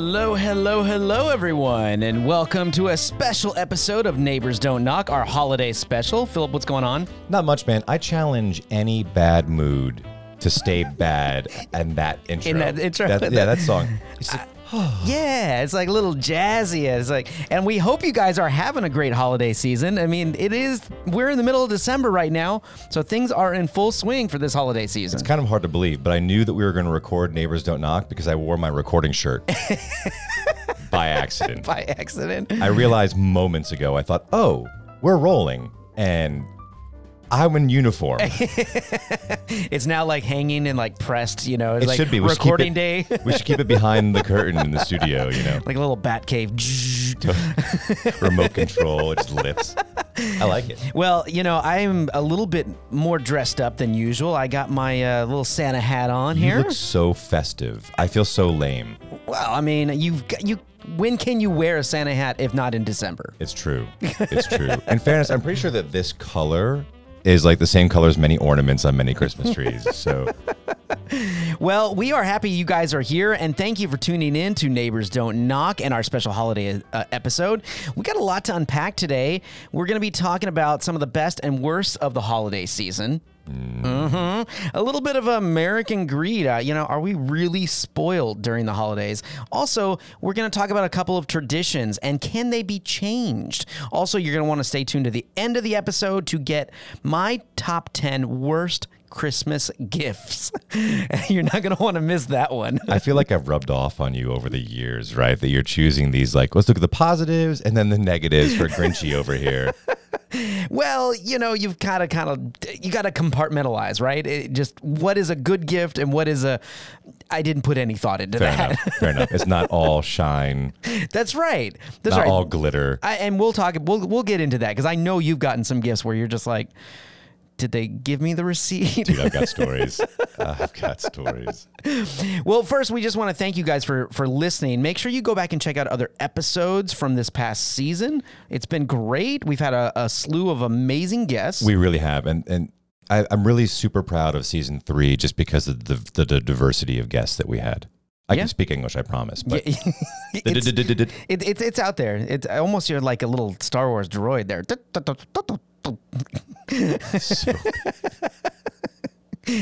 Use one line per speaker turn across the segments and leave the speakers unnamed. Hello, hello, everyone, and welcome to a special episode of Neighbors Don't Knock, our holiday special. Philip, what's going on?
Not much, man. I challenge any bad mood to stay bad and that intro.
In that intro.
That- yeah, that song. It's like,
Yeah, it's like a little jazzy. It's like, and we hope you guys are having a great holiday season. I mean, it is. We're in the middle of December right now, so things are in full swing for this holiday season.
it's kind of hard to believe, but I knew that we were going to record Neighbors Don't Knock because I wore my recording shirt by accident.
By accident,
I realized moments ago, I thought, oh, we're rolling. And I'm in uniform.
it's now like hanging and like pressed. You know, it's
It
like
should be. We should keep
recording
it-
day,
we should keep it behind the curtain in the studio, you know,
like a little bat cave.
remote control, it just lifts. I like it.
Well, you know, I'm a little bit more dressed up than usual. I got my uh, little Santa hat on
You
here.
look so festive. I feel so lame.
well, I mean, you've got you. When can you wear a Santa hat if not in December?
It's true. It's true. In fairness, I'm pretty sure that this color is like the same color as many ornaments on many Christmas trees. So
Well, we are happy you guys are here, and thank you for tuning in to Neighbors Don't Knock and our special holiday uh, episode. We got a lot to unpack today. We're going to be talking about some of the best and worst of the holiday season. hmm A little bit of American greed. Uh, you know, are we really spoiled during the holidays? Also, we're going to talk about a couple of traditions and can they be changed? Also, you're going to want to stay tuned to the end of the episode to get my top 10 worst Christmas gifts. you're not going to want to miss that one.
I feel like I've rubbed off on you over the years, right? That you're choosing these like, let's look at the positives and then the negatives for Grinchy over here.
Well, you know, you've got to kind of you got to compartmentalize, right? It just what is a good gift and what is a I didn't put any thought into
Fair
that.
enough. Fair enough. It's not all shine,
That's right. That's
not
right.
all glitter.
I, and we'll talk. We'll we'll get into that because I know you've gotten some gifts where you're just like, did they give me the receipt?
Dude, I've got stories. Uh, I've got stories.
well, first we just want to thank you guys for for listening. Make sure you go back and check out other episodes from this past season. It's been great. We've had a, a slew of amazing guests.
We really have, and and I, I'm really super proud of season three, just because of the the, the diversity of guests that we had. I
Yeah.
can speak English, I promise. But
It's- It, it's it's out there. It's I almost you're like a little Star Wars droid there.
So-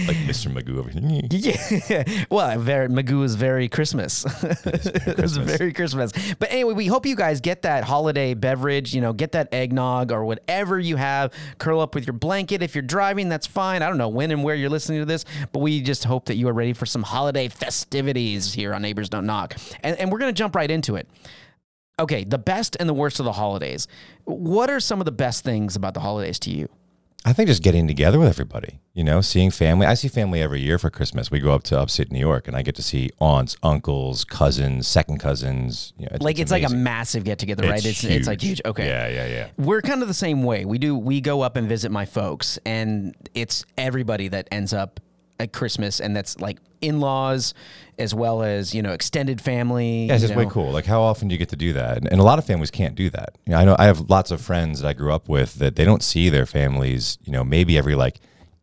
like Mr. Magoo over here.
Yeah. Well, very, Magoo is very Christmas. it's very Christmas. But anyway, we hope you guys get that holiday beverage, you know, get that eggnog or whatever you have. Curl up with your blanket. If you're driving, that's fine. I don't know when and where you're listening to this, but we just hope that you are ready for some holiday festivities here on Neighbors Don't Knock. And, and we're going to jump right into it. Okay, the best and the worst of the holidays. What are some of the best things about the holidays to you?
I think just getting together with everybody, you know, seeing family. I see family every year for Christmas. We go up to upstate New York and I get to see aunts, uncles, cousins, second cousins. You know,
Like it's, like a
amazing.
massive get together, right? It's it's like huge. Okay.
Yeah, yeah, yeah.
we're kind of the same way. We do we go up and visit my folks, and it's everybody that ends up at Christmas, and that's like in laws as well as you know extended family.
Yeah, it's
you
just way
know.
cool. Like, how often do you get to do that? And, and a lot of families can't do that. You know, I know I have lots of friends that I grew up with that they don't see their families. You know, maybe every like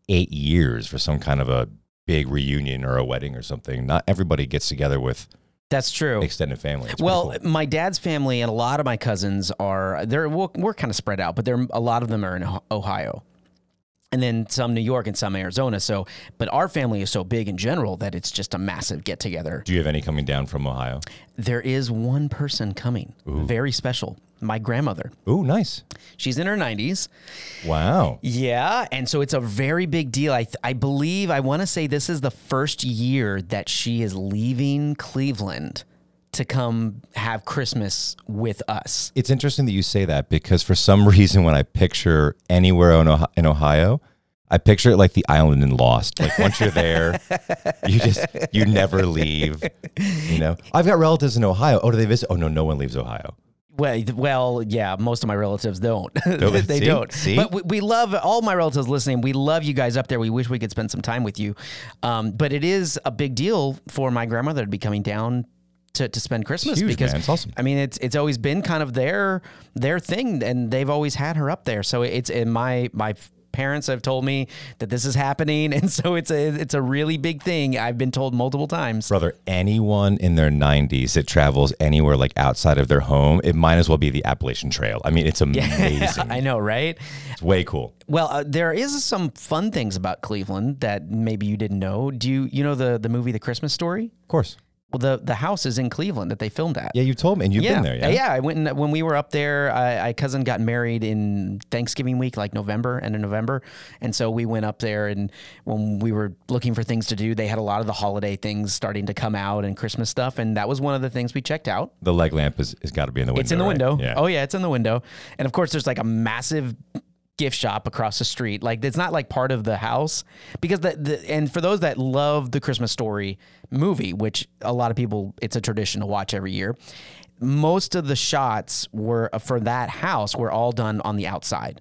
eight years for some kind of a big reunion or a wedding or something. Not everybody gets together with
That's true.
extended family. It's pretty
Well,
cool.
my dad's family and a lot of my cousins are they're we're, we're kind of spread out, but there a lot of them are in Ho- Ohio. And then some New York and some Arizona. So, but our family is so big in general that it's just a massive get together.
do you have any coming down from Ohio?
There is one person coming, very special. My grandmother.
Ooh, nice.
She's in her 90s.
Wow.
Yeah, and so it's a very big deal. I th- I believe I want to say this is the first year that she is leaving Cleveland to come have Christmas with us.
It's interesting that you say that because for some reason, when I picture anywhere in Ohio, in Ohio I picture it like the island in Lost. Like once you're there, you just you never leave. You know, I've got relatives in Ohio. Oh, do they visit? Oh no, no one leaves Ohio.
Well, th- well, yeah, most of my relatives don't. they
See?
don't.
See?
But we, we love all my relatives listening. We love you guys up there. We wish we could spend some time with you. Um, but it is a big deal for my grandmother to be coming down to, to spend Christmas
huge,
because
man. It's awesome.
I mean, it's it's always been kind of their their thing, and they've always had her up there. So it's in my my parents have told me that this is happening, and so it's a it's a really big thing. I've been told multiple times.
Brother, anyone in their 90s that travels anywhere like outside of their home, it might as well be the Appalachian Trail. I mean, it's amazing.
I know, right?
it's way cool.
Well, uh, there is some fun things about Cleveland that maybe you didn't know. Do you you know the the movie The Christmas Story?
Of course.
Well, the the house is in Cleveland that they filmed at.
Yeah, you told me, and you've
Yeah.
been there. Yeah.
I went and, when we were up there. I, I cousin got married in Thanksgiving week, like November, end of November, and so we went up there. And when we were looking for things to do, they had a lot of the holiday things starting to come out and Christmas stuff, and that was one of the things we checked out.
The leg lamp is, has got to be in the window.
It's in the
right?
window.
Yeah.
Oh yeah, it's in the window. And of course, there's like a massive gift shop across the street. Like it's not like part of the house because the, the and for those that love the Christmas Story movie, which a lot of people, it's a tradition to watch every year. Most of the shots were uh, for that house were all done on the outside.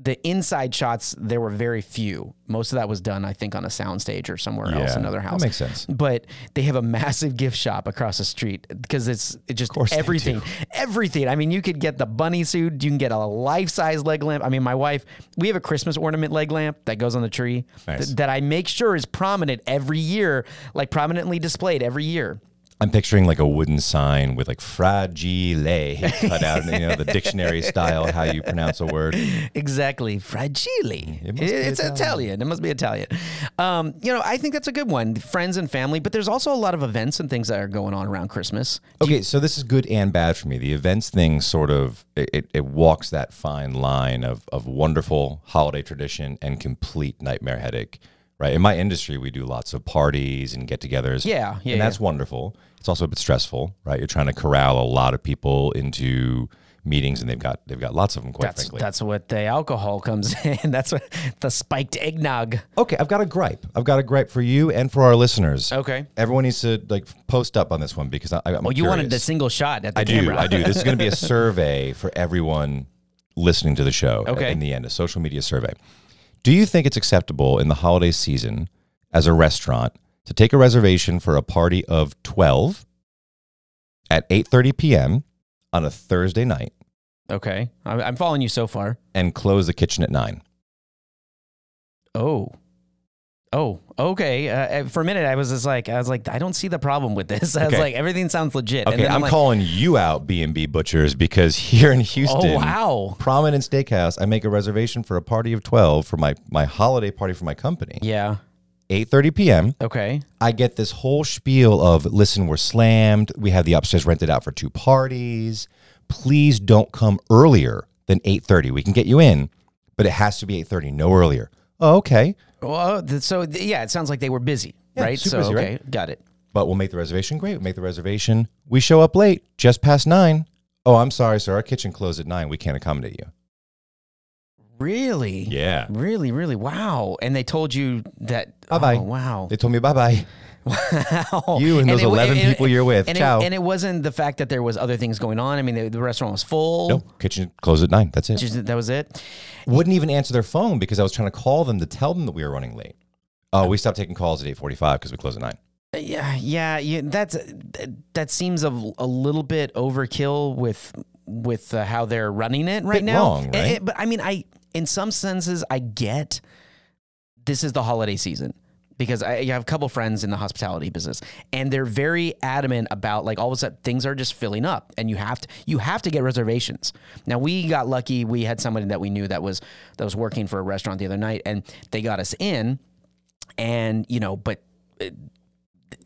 The inside shots there were very few. Most of that was done, I think, on a soundstage or somewhere else,
Yeah,
another
that
house.
makes sense.
But they have a massive gift shop across the street because it's it just
course they do.
everything everything. I mean, you could get the bunny suit. You can get a life size leg lamp. I mean, my wife, we have a Christmas ornament leg lamp that goes on the tree
Nice.
th- that I make sure is prominent every year, like prominently displayed every year.
I'm picturing like a wooden sign with like fragile cut out, in, you know, the dictionary style, how you pronounce a word.
Exactly. Fragile.
must be
it's Italian. It must be Italian. Um, you know, I think that's a good one. Friends and family, but there's also a lot of events and things that are going on around Christmas.
Okay, so this is good and bad for me. The events thing sort of it, it, it walks that fine line of of wonderful holiday tradition and complete nightmare headache. Right. In my industry, we do lots of parties and get-togethers.
Yeah, yeah,
And that's wonderful. It's also a bit stressful, right? You're trying to corral a lot of people into meetings, and they've got they've got lots of them. Quite
That's,
frankly,
that's what the alcohol comes in. That's what the spiked eggnog.
Okay, I've got a gripe. I've got a gripe for you and for our listeners.
Okay.
Everyone needs to like post up on this one because I, I'm.
Well, Oh, you wanted the single shot at the
I do.
camera.
I do. This is going to be a survey for everyone listening to the show.
Okay.
In the end, a social media survey. Do you think it's acceptable in the holiday season as a restaurant to take a reservation for a party of twelve at 8:30 p.m. on a Thursday night
Okay. I'm, I'm following you so far.
and close the kitchen at nine?
Oh. Oh, okay. Uh, uh, for a minute, I was just like, I was like, I don't see the problem with this. I was
Okay.
like, everything sounds legit.
Okay, I'm,
like,
calling you out, B&B Butchers, because here in Houston,
oh wow,
prominent steakhouse. I make a reservation for a party of 12 for my, my holiday party for my company.
yeah,
8.30 p.m.
okay,
I get this whole spiel of, listen, we're slammed. We have the upstairs rented out for two parties. Please don't come earlier than 8.30. We can get you in, but it has to be 8.30, no earlier. Oh, okay.
well, th- so th- yeah, it sounds like they were busy,
Yeah,
right?
super
so
busy,
okay,
right?
got it.
But we'll make the reservation. Great, we'll make the reservation. We show up late, just past 9. Oh, I'm sorry, sir. Our kitchen closed at 9. We can't accommodate you.
Really,
Yeah.
really, really, wow. And they told you that.
Bye-bye.
oh, wow,
They told me bye-bye.
wow.
You and those
it wa-
11 people you're with.
And
Ciao.
It, and it wasn't the fact that there was other things going on. I mean, the, the restaurant was full.
No, kitchen closed at 9. That's it.
Just- that was it.
wouldn't even answer their phone because I was trying to call them to tell them that we were running late. Oh, we stopped taking calls at eight forty-five because we close at nine.
Yeah, yeah, yeah that's that- that seems a, a little bit overkill with with uh, how they're running it right
Bit
now.
wrong,
Eh,
right?
eh, but I mean, I in some senses I get this is the holiday season because I, I have a couple friends in the hospitality business and they're very adamant about like all of a sudden things are just filling up and you have to you have to get reservations. Now we got lucky we had somebody that we knew that was that was working for a restaurant the other night and they got us in and you know but it,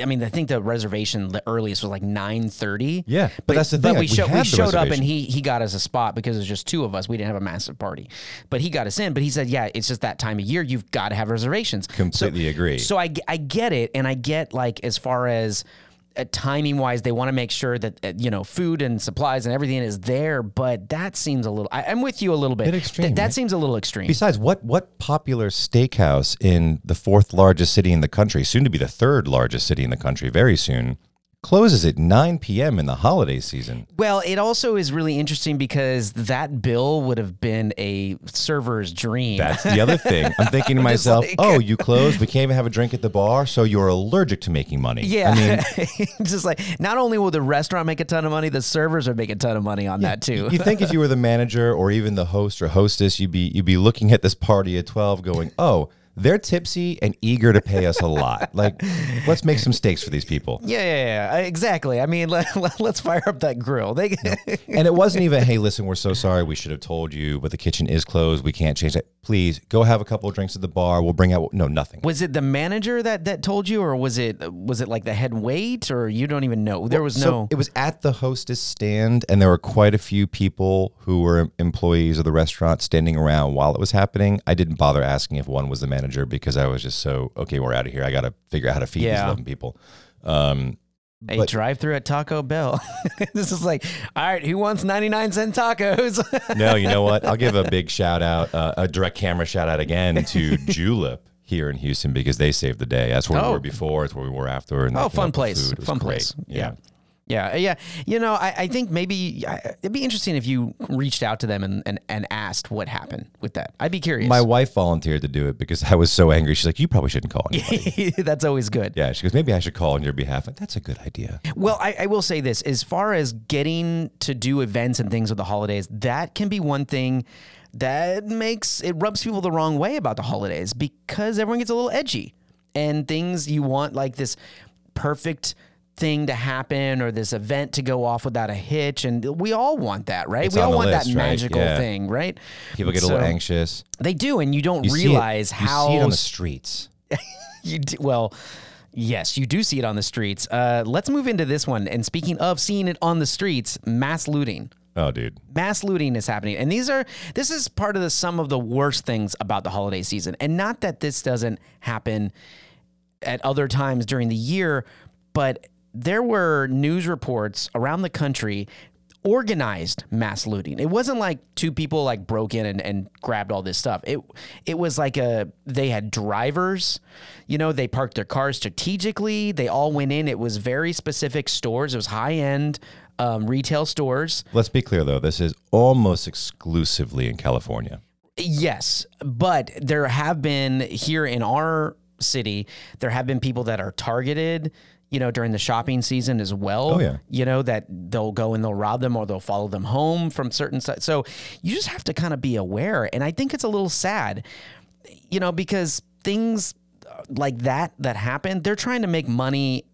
I mean, I think the reservation the earliest was like nine thirty.
Yeah, but that's the thing,
But
like,
we,
we
showed we
had the
showed up and
reservation.
he he got us a spot because there's just two of us. We didn't have a massive party, but he got us in. But he said, yeah, it's just that time of year. You've got to have reservations.
Completely
so,
agree.
So I I get it, and I get like as far as. Uh, timing wise, they want to make sure that uh, you know food and supplies and everything is there, but that seems a little. I, I'm with you a little bit.
Bit extreme,
Th- that
right?
seems a little extreme.
Besides, what what popular steakhouse in the fourth largest city in the country, soon to be the third largest city in the country, very soon, closes at 9 p.m. in the holiday season.
Well, it also is really interesting because that bill would have been a server's dream.
That's the other thing. I'm thinking to myself,
like-
oh, you closed. We can't even have a drink at the bar. So you're allergic to making money.
yeah.
I mean,
just like not only will the restaurant make a ton of money, the servers would make a ton of money on that too.
you think if you were the manager or even the host or hostess, you'd be you'd be looking at this party at 12 going, oh, they're tipsy and eager to pay us a lot. Like, let's make some stakes for these people.
Yeah, yeah, yeah, exactly. I mean, let, us fire up that grill. They,
And it wasn't even, hey, listen, we're so sorry. We should have told you, but the kitchen is closed. We can't change that. Please go have a couple of drinks at the bar. We'll bring out, no, nothing.
was it the manager that that told you, or was it was it like the head wait, or you don't even know? There was
So
no.
it was at the hostess stand, and there were quite a few people who were employees of the restaurant standing around while it was happening. I didn't bother asking if one was the manager because I was just so okay. We're out of here. I got to figure out how to feed these
Yeah.
eleven people. Um,
A
but-
drive through at Taco Bell. this is like, all right, who wants 99 cent tacos?
no, you know what? I'll give a big shout out, uh, a direct camera shout out again to Julep here in Houston because they saved the day. That's where
Oh.
we were before. It's where we were after. And they
Oh,
came
fun
up with
place.
food. It was
Fun
great.
place. Yeah. yeah. Uh, Yeah. You know, I, I think maybe I, it'd be interesting if you reached out to them and, and, and asked what happened with that. I'd be curious.
My wife volunteered to do it because I was so angry. She's like, "You probably shouldn't call anybody."
That's always good.
Yeah, she goes, maybe I should call on your behalf. Like, That's a good idea.
Well, I, I will say this as far as getting to do events and things with the holidays, that can be one thing that makes it rubs people the wrong way about the holidays because everyone gets a little edgy and things you want like this perfect thing to happen or this event to go off without a hitch and we all want that right we
on
all
the
want that
list, right?
magical
Yeah.
thing right
People get a little
So-
anxious.
they do and you don't
You see it-
realize how
you see it on the streets.
you do, well, yes, you do see it on the streets. Uh, let's move into this one. And speaking of seeing it on the streets, mass looting.
Oh, dude.
Mass looting is happening, and these are this is part of the some of the worst things about the holiday season. And not that this doesn't happen at other times during the year, but there were news reports around the country organized mass looting. It wasn't like two people like broke in and, and grabbed all this stuff. It it was like a they had drivers, you know, they parked their cars strategically. They all went in. It was very specific stores. It was high end um, retail stores.
Let's be clear though. This is almost exclusively in California.
Yes, but there have been here in our city, there have been people that are targeted, you know, during the shopping season as well.
Oh, yeah.
You know, that they'll go and they'll rob them or they'll follow them home from certain sites. So you just have to kind of be aware. And I think it's a little sad, you know, because things uh, like that that happen, they're trying to make money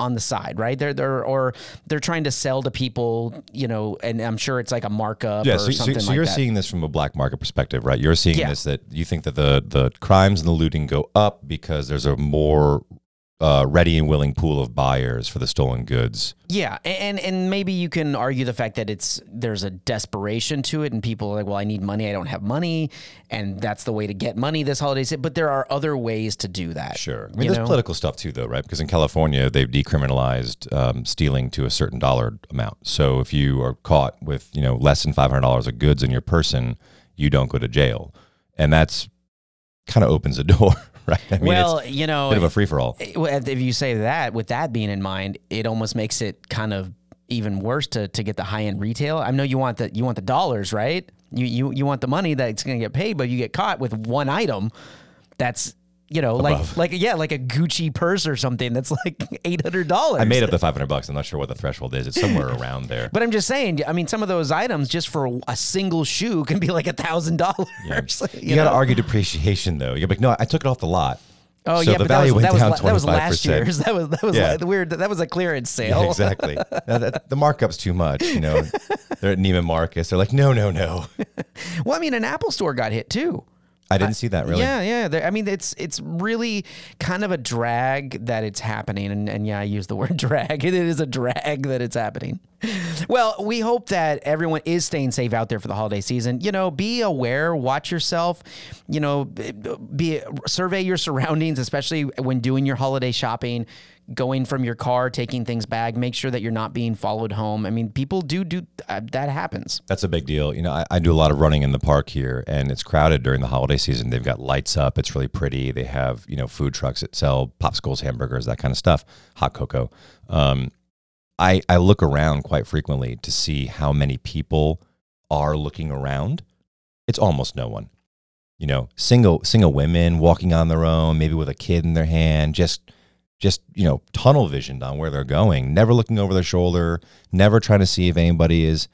on the side, right? They're they're or they're trying to sell to people, you know, and I'm sure it's like a markup
Yeah,
or
so, so-
something
so
like
you're
that.
seeing this from a black market perspective, right? You're seeing
Yeah.
this that you think that the the crimes and the looting go up because there's a more uh, ready and willing pool of buyers for the stolen goods.
Yeah, a- and and maybe you can argue the fact that it's there's a desperation to it, and people are like, well, I need money, I don't have money, and that's the way to get money this holiday season. But there are other ways to do that.
Sure. I mean,
You
there's
know?
political stuff too, though, right? Because in California, they've decriminalized um, stealing to a certain dollar amount. So if you are caught with, you know, less than $500 of goods in your person, you don't go to jail. And that's kind of opens the door, right? I mean,
well,
it's
you
a
know,
bit of a free for all.
Well, if you say that, with that being in mind, it almost makes it kind of even worse to, to get the high end retail. I know you want the you want the dollars, right? You you you want the money that's going to get paid, but you get caught with one item that's you know
Above.
like like yeah like a Gucci purse or something that's like eight hundred dollars.
I made up the 500 bucks. I'm not sure what the threshold is. It's somewhere around there.
But I'm just saying. I mean, some of those items just for a single shoe can be like a thousand dollars.
You, got to argue depreciation, though. You're like, no, I took it off the lot.
Oh
so
yeah,
the
but that
value
was,
went
that, was,
down
la- that was last
25%.
year's. That was that was
Yeah.
like weird. That was a clearance sale.
Yeah, exactly. Now that- the markup's too much, you know. They're at Neiman Marcus. They're like, no, no, no.
Well, I mean, an Apple store got hit too.
I didn't see that really.
Yeah, yeah. There- I mean, it's it's really kind of a drag that it's happening, and, and yeah, I use the word drag. It is a drag that it's happening. Well, we hope that everyone is staying safe out there for the holiday season. You know, be aware, watch yourself. You know, be survey your surroundings, especially when doing your holiday shopping. Going from your car, taking things back, make sure that you're not being followed home. I mean, people do do uh, that happens.
That's a big deal. You know, I, I do a lot of running in the park here, and it's crowded during the holiday season. They've got lights up; it's really pretty. They have you know food trucks that sell popsicles, hamburgers, that kind of stuff, hot cocoa. Um, I, I look around quite frequently to see how many people are looking around. It's almost no one. You know, single single women walking on their own, maybe with a kid in their hand, just just, you know, tunnel visioned on where they're going, never looking over their shoulder, never trying to see if anybody is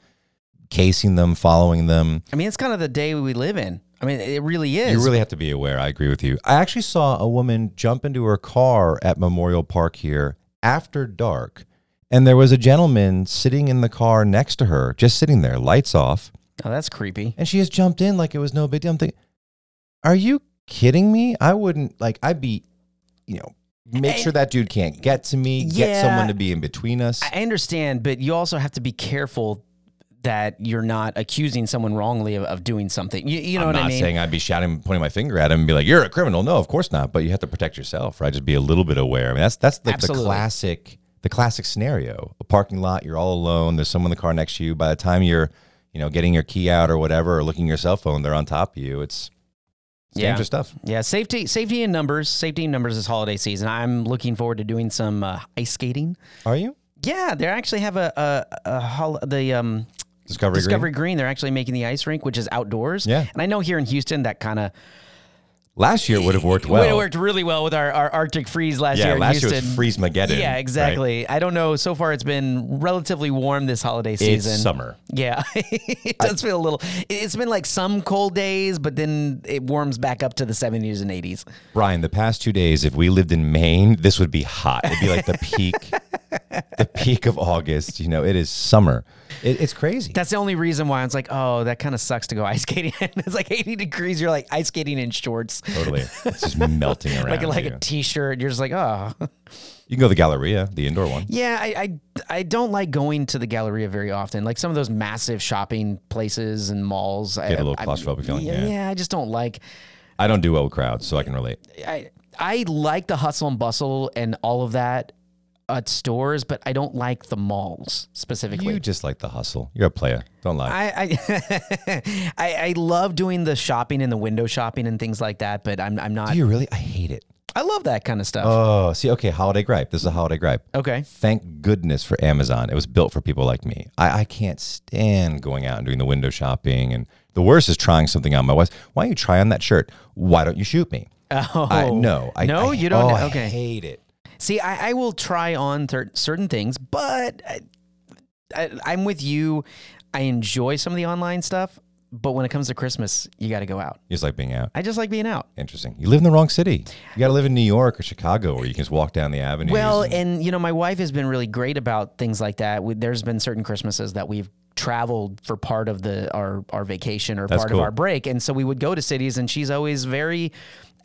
casing them, following them.
I mean, it's kind of the day we live in. I mean, it really is.
You really have to be aware. I agree with you. I actually saw a woman jump into her car at Memorial Park here after dark, and there was a gentleman sitting in the car next to her, just sitting there, lights off,
oh, that's creepy.
and she just jumped in like it was no big deal. I'm thinking, are you kidding me? I wouldn't like. I'd be, you know, make sure that dude can't get to me.
Yeah.
Get someone to be in between us.
I understand, but you also have to be careful that you're not accusing someone wrongly of, of doing something. You, you know
I'm
what
not
I mean?
saying I'd be shouting, pointing my finger at him, and be like, "You're a criminal." No, of course not. But you have to protect yourself, right? Just be a little bit aware. I mean, that's that's like the
Absolutely.
classic, the classic scenario: a parking lot, you're all alone. There's someone in the car next to you. By the time you're, you know, getting your key out or whatever, or looking at your cell phone, they're on top of you. It's, it's
Yeah.
dangerous stuff.
yeah, safety, safety in numbers, safety in numbers this holiday season. I'm looking forward to doing some uh, ice skating.
Are you
Yeah, they actually have a, a, a hol- the um,
Discovery?
Discovery Green. They're actually making the ice rink, which is outdoors.
Yeah.
and I know here in Houston that kind of
Green? Last year would have worked
well,
well.
it worked really well with our, our Arctic freeze last
yeah,
year. in
last year
Houston.
was freeze mageddon.
Yeah, exactly. I don't know. So far, it's been relatively warm this holiday
It's
season.
summer.
Yeah, it does feel a little. It's been like some cold days, but then it warms back up to the 70s and 80s.
Brian, the past two days, if we lived in Maine, this would be hot. It'd be like the peak, the peak of August. You know, it is summer. It, it's crazy.
That's the only reason why I was like, oh, that kind of sucks to go ice skating. it's like 80 degrees. You're like ice skating in shorts,
totally. It's just melting around.
like like
you.
a t-shirt. You're just like, oh,
you can go to the Galleria, the indoor one.
yeah. I, I I don't like going to the Galleria very often. Like some of those massive shopping places and malls. I
Get a little claustrophobic feeling.
yeah,
Yeah.
yeah, I just don't like.
I don't do well with crowds, so I can relate.
I I like the hustle and bustle and all of that at stores, but I don't like the malls specifically.
You just like the hustle. You're a player. Don't lie.
I I, I I love doing the shopping and the window shopping and things like that, but I'm I'm not.
do you really? I hate it.
I love that kind of stuff.
Oh, see, okay, holiday gripe. This is a holiday gripe.
okay.
Thank goodness for Amazon. It was built for people like me. I, I can't stand going out and doing the window shopping. And the worst is trying something on my wife. Why don't you try on that shirt? Why don't you shoot me?
Oh
I, no, I
no,
I-
you don't.
oh, I
okay.
hate it.
See, I, I will try on thir- certain things, but I, I, I'm with you. I enjoy some of the online stuff, but when it comes to Christmas, you got to go out.
You just like being out.
I just like being out.
Interesting. You live in the wrong city. You got to live in New York or Chicago, where you can just walk down the avenue.
Well, and you know, my wife has been really great about things like that. We, there's been certain Christmases that we've traveled for part of the our our vacation or part
cool.
of our break, and so we would go to cities, and she's always very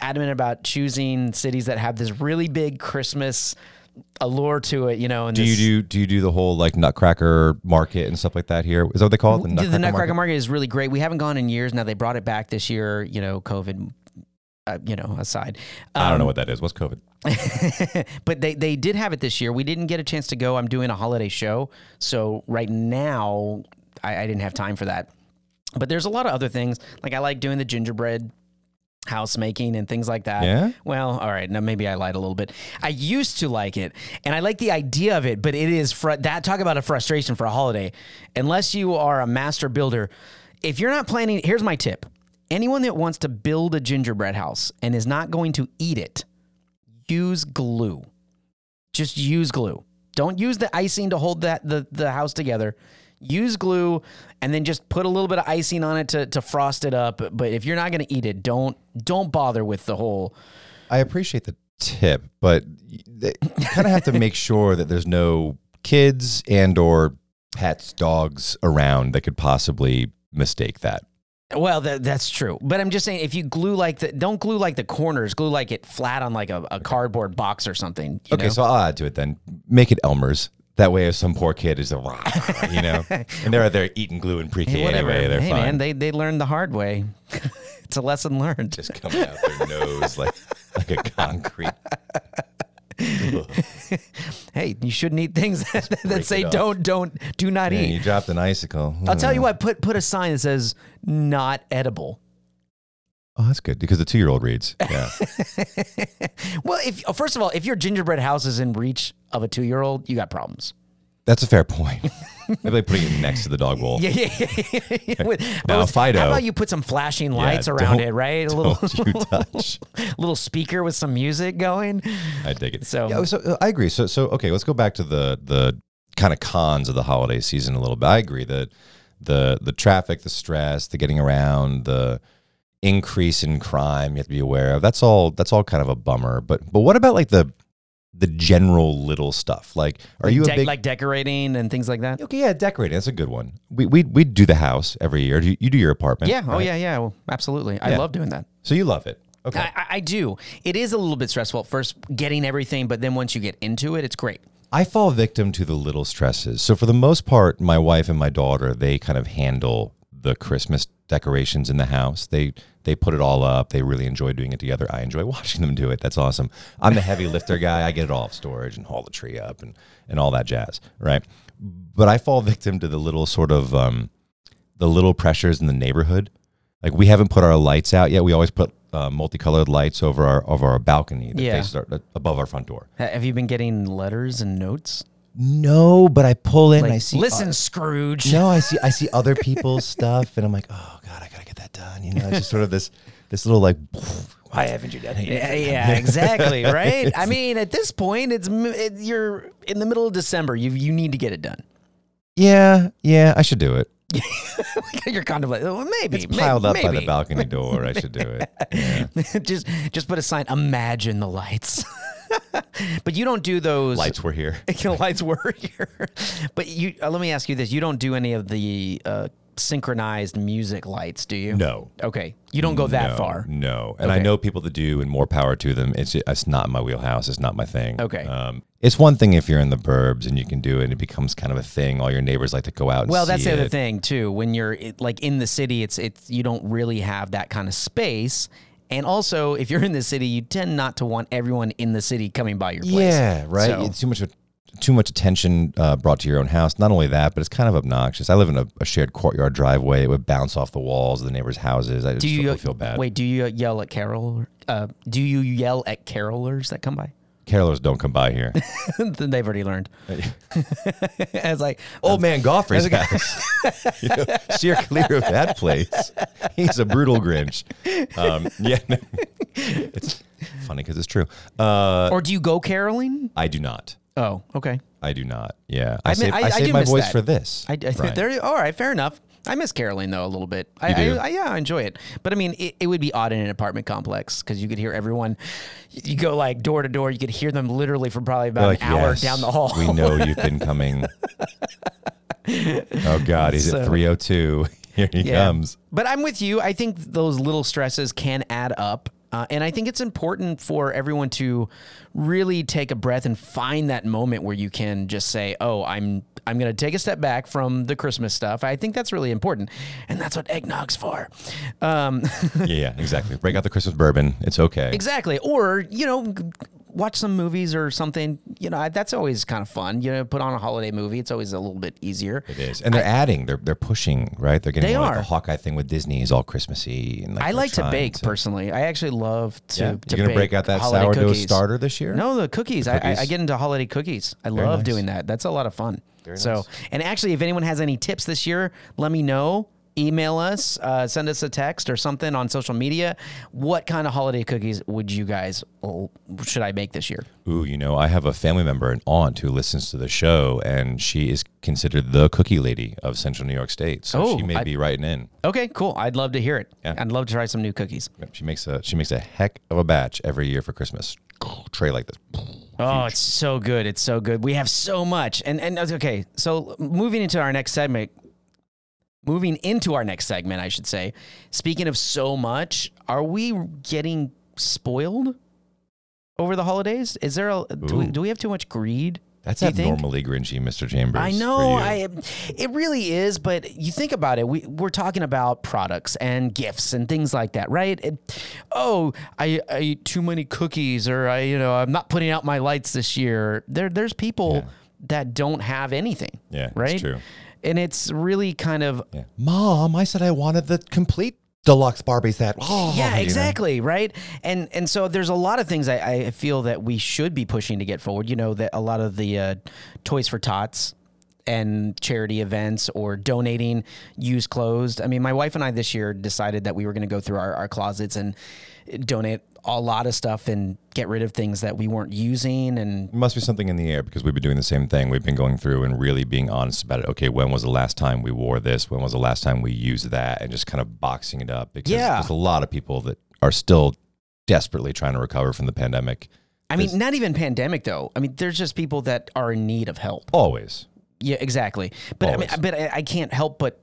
adamant about choosing cities that have this really big Christmas allure to it. You know, and
Do you
this,
do do you do the whole like Nutcracker market and stuff like that here? Is that what they call it? The
the Nutcracker, market? is really great. We haven't gone in years now. They brought it back this year. You know, COVID. Uh, you know, aside.
I
Um,
don't know what that is. What's COVID?
but they, they did have it this year. We didn't get a chance to go. I'm doing a holiday show. So right now, I, I didn't have time for that. But there's a lot of other things. Like I like doing the gingerbread house making and things like that.
Yeah?
Well, all right. Now maybe I lied a little bit. I used to like it and I like the idea of it, but it is fr- that talk about a frustration for a holiday. Unless you are a master builder, if you're not planning, here's my tip. Anyone that wants to build a gingerbread house and is not going to eat it, use glue. Just use glue. Don't use the icing to hold that the, the house together. Use glue and then just put a little bit of icing on it to, to frost it up. But if you're not gonna eat it, don't don't bother with the whole
I appreciate the tip, but you kind of have to make sure that there's no kids and or pets, dogs around that could possibly mistake that.
well, that, that's true. But I'm just saying, if you glue like the, don't glue like the corners, glue like it flat on like a, a cardboard box or something. You
Okay,
know?
so I'll add to it then. Make it Elmer's. That way, if some poor kid is a rah, you know, and they're out there eating glue in pre-K anyway, they're
hey
fine.
man, they they learned the hard way. it's a lesson learned.
just coming out their nose like like a concrete
Hey, you shouldn't eat things that, that
break
say
it up.
don't don't do not
and
eat.
you dropped an icicle.
I'll tell you what, put put a sign that says not edible.
Oh, that's good because the two year old reads. Yeah.
oh, Well, if first of all, if your gingerbread house is in reach of a two year old, you got problems.
That's a fair point. Maybe like putting it next to the dog bowl.
Yeah, yeah, yeah, yeah, yeah. With-
Now,
I was-
Fido-
How about you put some flashing
Yeah,
lights around
don't-
it, right? A little
Don't you touch.
little speaker with some music going.
I dig it.
So
Yeah, so uh, I agree. So so okay, let's go back to the the kind of cons of the holiday season a little bit. I agree that the the traffic, the stress, the getting around, the increase in crime you have to be aware of. That's all that's all kind of a bummer. But but what about like the the general little stuff? Like are you
dec-
a big
like decorating and things like that?
Okay, yeah, decorating. That's a good one. We we we do the house every year. You, you do your apartment.
Yeah. Oh,
right?
yeah, yeah. Well, absolutely. I
Yeah.
love doing that.
So you love it. Okay.
I, I, I do. It is a little bit stressful at first getting everything, but then once you get into it, it's great.
I fall victim to the little stresses. So for the most part, my wife and my daughter, they kind of handle the Christmas decorations in the house. They they put it all up. They really enjoy doing it together. I enjoy watching them do it. That's awesome. I'm the heavy lifter guy. I get it all off storage and haul the tree up and and all that jazz, right? But I fall victim to the little sort of um, the little pressures in the neighborhood. Like we haven't put our lights out yet. We always put uh, multicolored lights over our over our balcony that
Yeah.
faces our, above our front door.
Ha- Have you been getting letters and notes?
No, but I pull in.
Like,
I see.
listen, Scrooge.
no, I see. I see other people's stuff, and I'm like, oh god, I gotta get that done. You know, it's just sort of this this little like. Why haven't you done it?
Yeah, yeah, exactly. Right. I mean, at this point, it's m- it, you're in the middle of December. You you need to get it done.
Yeah, yeah, I should do it.
you're contemplating. Well, maybe
It's piled up
maybe,
by the balcony door. I should do it.
balcony. just just put a sign. Imagine the lights. but you don't do those
Lights were here.
the lights were here. But you uh, let me ask you this: you don't do any of the uh, synchronized music lights, do you?
No.
Okay, you don't go that
no,
far.
No, and I
Okay.
know people that do, and more power to them. It's it's not my wheelhouse. It's not my thing.
Okay.
Um, it's one thing if you're in the burbs and you can do it, and it becomes kind of a thing. All your neighbors like to go out. And
Well, that's
see
the other
it.
thing too. When you're it- like in the city, it's it's you don't really have that kind of space. And also, if you're in the city, you tend not to want everyone in the city coming by your place.
Yeah, right.
So-
It's too much too much attention uh, brought to your own house. Not only that, but it's kind of obnoxious. I live in a, a shared courtyard driveway. It would bounce off the walls of the neighbors' houses. I just
Do you
feel, feel bad.
Wait, do you yell at Carol? Uh, do you yell at carolers that come by?
Carolers don't come by here.
They've already learned. I was like, oh,
Old man Goffrey's house. you know, steer clear of that place. He's a brutal Grinch. Um, yeah, no. it's funny because it's true. Uh,
or do you go caroling?
I do not.
Oh, okay.
I do not. Yeah, I,
mean,
save,
I-
I,
I
save
do
my
miss
voice
that.
for this.
I, I
Brian.
there. you- All right, fair enough. I miss caroling though a little bit. I,
do?
I, I yeah, I enjoy it. But I mean, it, it would be odd in an apartment complex because you could hear everyone. You go like door to door. You could hear them literally for probably about
Like,
an hour
yes,
down the hall.
We know you've been coming. oh God, he's
So-
at three oh two. Here he
Yeah.
comes.
But I'm with you. I think those little stresses can add up. Uh, and I think it's important for everyone to really take a breath and find that moment where you can just say, "Oh, I'm I'm going to take a step back from the Christmas stuff." I think that's really important, and that's what eggnog's for. Um,
Yeah, yeah, exactly. Break out the Christmas bourbon. It's okay.
Exactly. Or, you know, watch some movies or something. You know, I- that's always kind of fun. You know, put on a holiday movie. It's always a little bit easier.
It is, and they're adding. They're they're pushing right. They're getting
They
more like
are.
the Hawkeye thing with Disney is all Christmassy. And like
I
they're
like to
trying
bake personally. I actually love to.
Yeah.
to
You're gonna break
bake
out that
holiday
sourdough
cookies.
starter this year.
No, the cookies. I, I, I
cookies?
get into holiday cookies. I love
nice.
doing that. That's a lot of fun. so, and actually, if anyone has any tips this year, let me know. Email us, uh, send us a text or something on social media. What kind of holiday cookies would you guys oh, should I make this year?
Ooh, you know, I have a family member, an aunt, who listens to the show, and she is considered the cookie lady of Central New York State. So
Oh,
she may
I-
be writing in.
Okay, cool. I'd love to hear it.
Yeah.
I'd love to try some new cookies.
Yep, She makes a she makes a heck of a batch every year for Christmas. Tray like this.
Oh, it's so good. It's so good. We have so much. And and okay, so moving into our next segment moving into our next segment, I should say. Speaking of so much, are we getting spoiled over the holidays? Is there a do we,
Ooh.
do we have too much greed?
That's
Do you think?
abnormally grinchy, Mr. Chambers.
I
for
know.
you.
I it really is, but you think about it. We we're talking about products and gifts and things like that, right? It- oh, I, I eat too many cookies, or I you know I'm not putting out my lights this year. There there's people that don't have anything.
Yeah, it's
right.
true.
And it's really kind of
Yeah. Mom, I said I wanted the complete deluxe Barbie set. Oh, you
yeah,
know.
exactly, right? And and so there's a lot of things I, I feel that we should be pushing to get forward. You know that a lot of the uh, toys for tots and charity events or donating used clothes. I mean, my wife and I this year decided that we were going to go through our, our closets and donate a lot of stuff and get rid of things that we weren't using and
Must be something in the air because we've been doing the same thing. We've been going through and really being honest about it. Okay, when was the last time we wore this? When was the last time we used that? And just kind of boxing it up because
Yeah.
there's a lot of people that are still desperately trying to recover from the pandemic.
I mean, not even pandemic though. I mean, there's just people that are in need of help.
Always.
Yeah, exactly. But I mean,
Always.
but I, I can't help but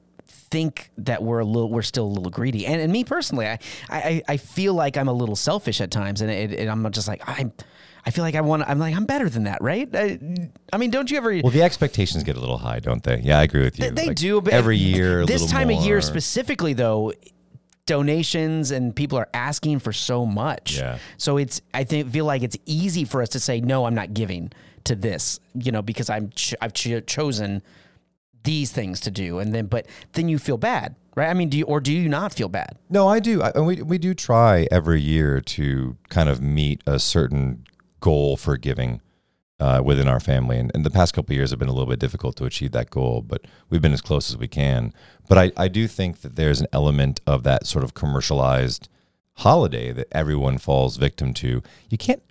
think that we're a little, we're still a little greedy. And, and me personally, I, I, I feel like I'm a little selfish at times, and, it, and I'm just like I'm. I feel like I want. I'm like I'm better than that, right? I, I mean, don't you ever?
Well, the expectations get a little high, don't they? Yeah, I agree with you.
They
Like,
do, but
every year. a
This
little
time of year
more.
specifically, though, donations and people are asking for so much.
Yeah.
So it's I think feel like it's easy for us to say no, I'm not giving to this, you know, because I'm ch- I've cho- chosen these things to do, and then but then you feel bad, right? I mean, do you or do you not feel bad?
No, I do. I, and we we do try every year to kind of meet a certain goal for giving uh, within our family, and, and the past couple of years have been a little bit difficult to achieve that goal, but we've been as close as we can. But I, I do think that there's an element of that sort of commercialized holiday that everyone falls victim to. You can't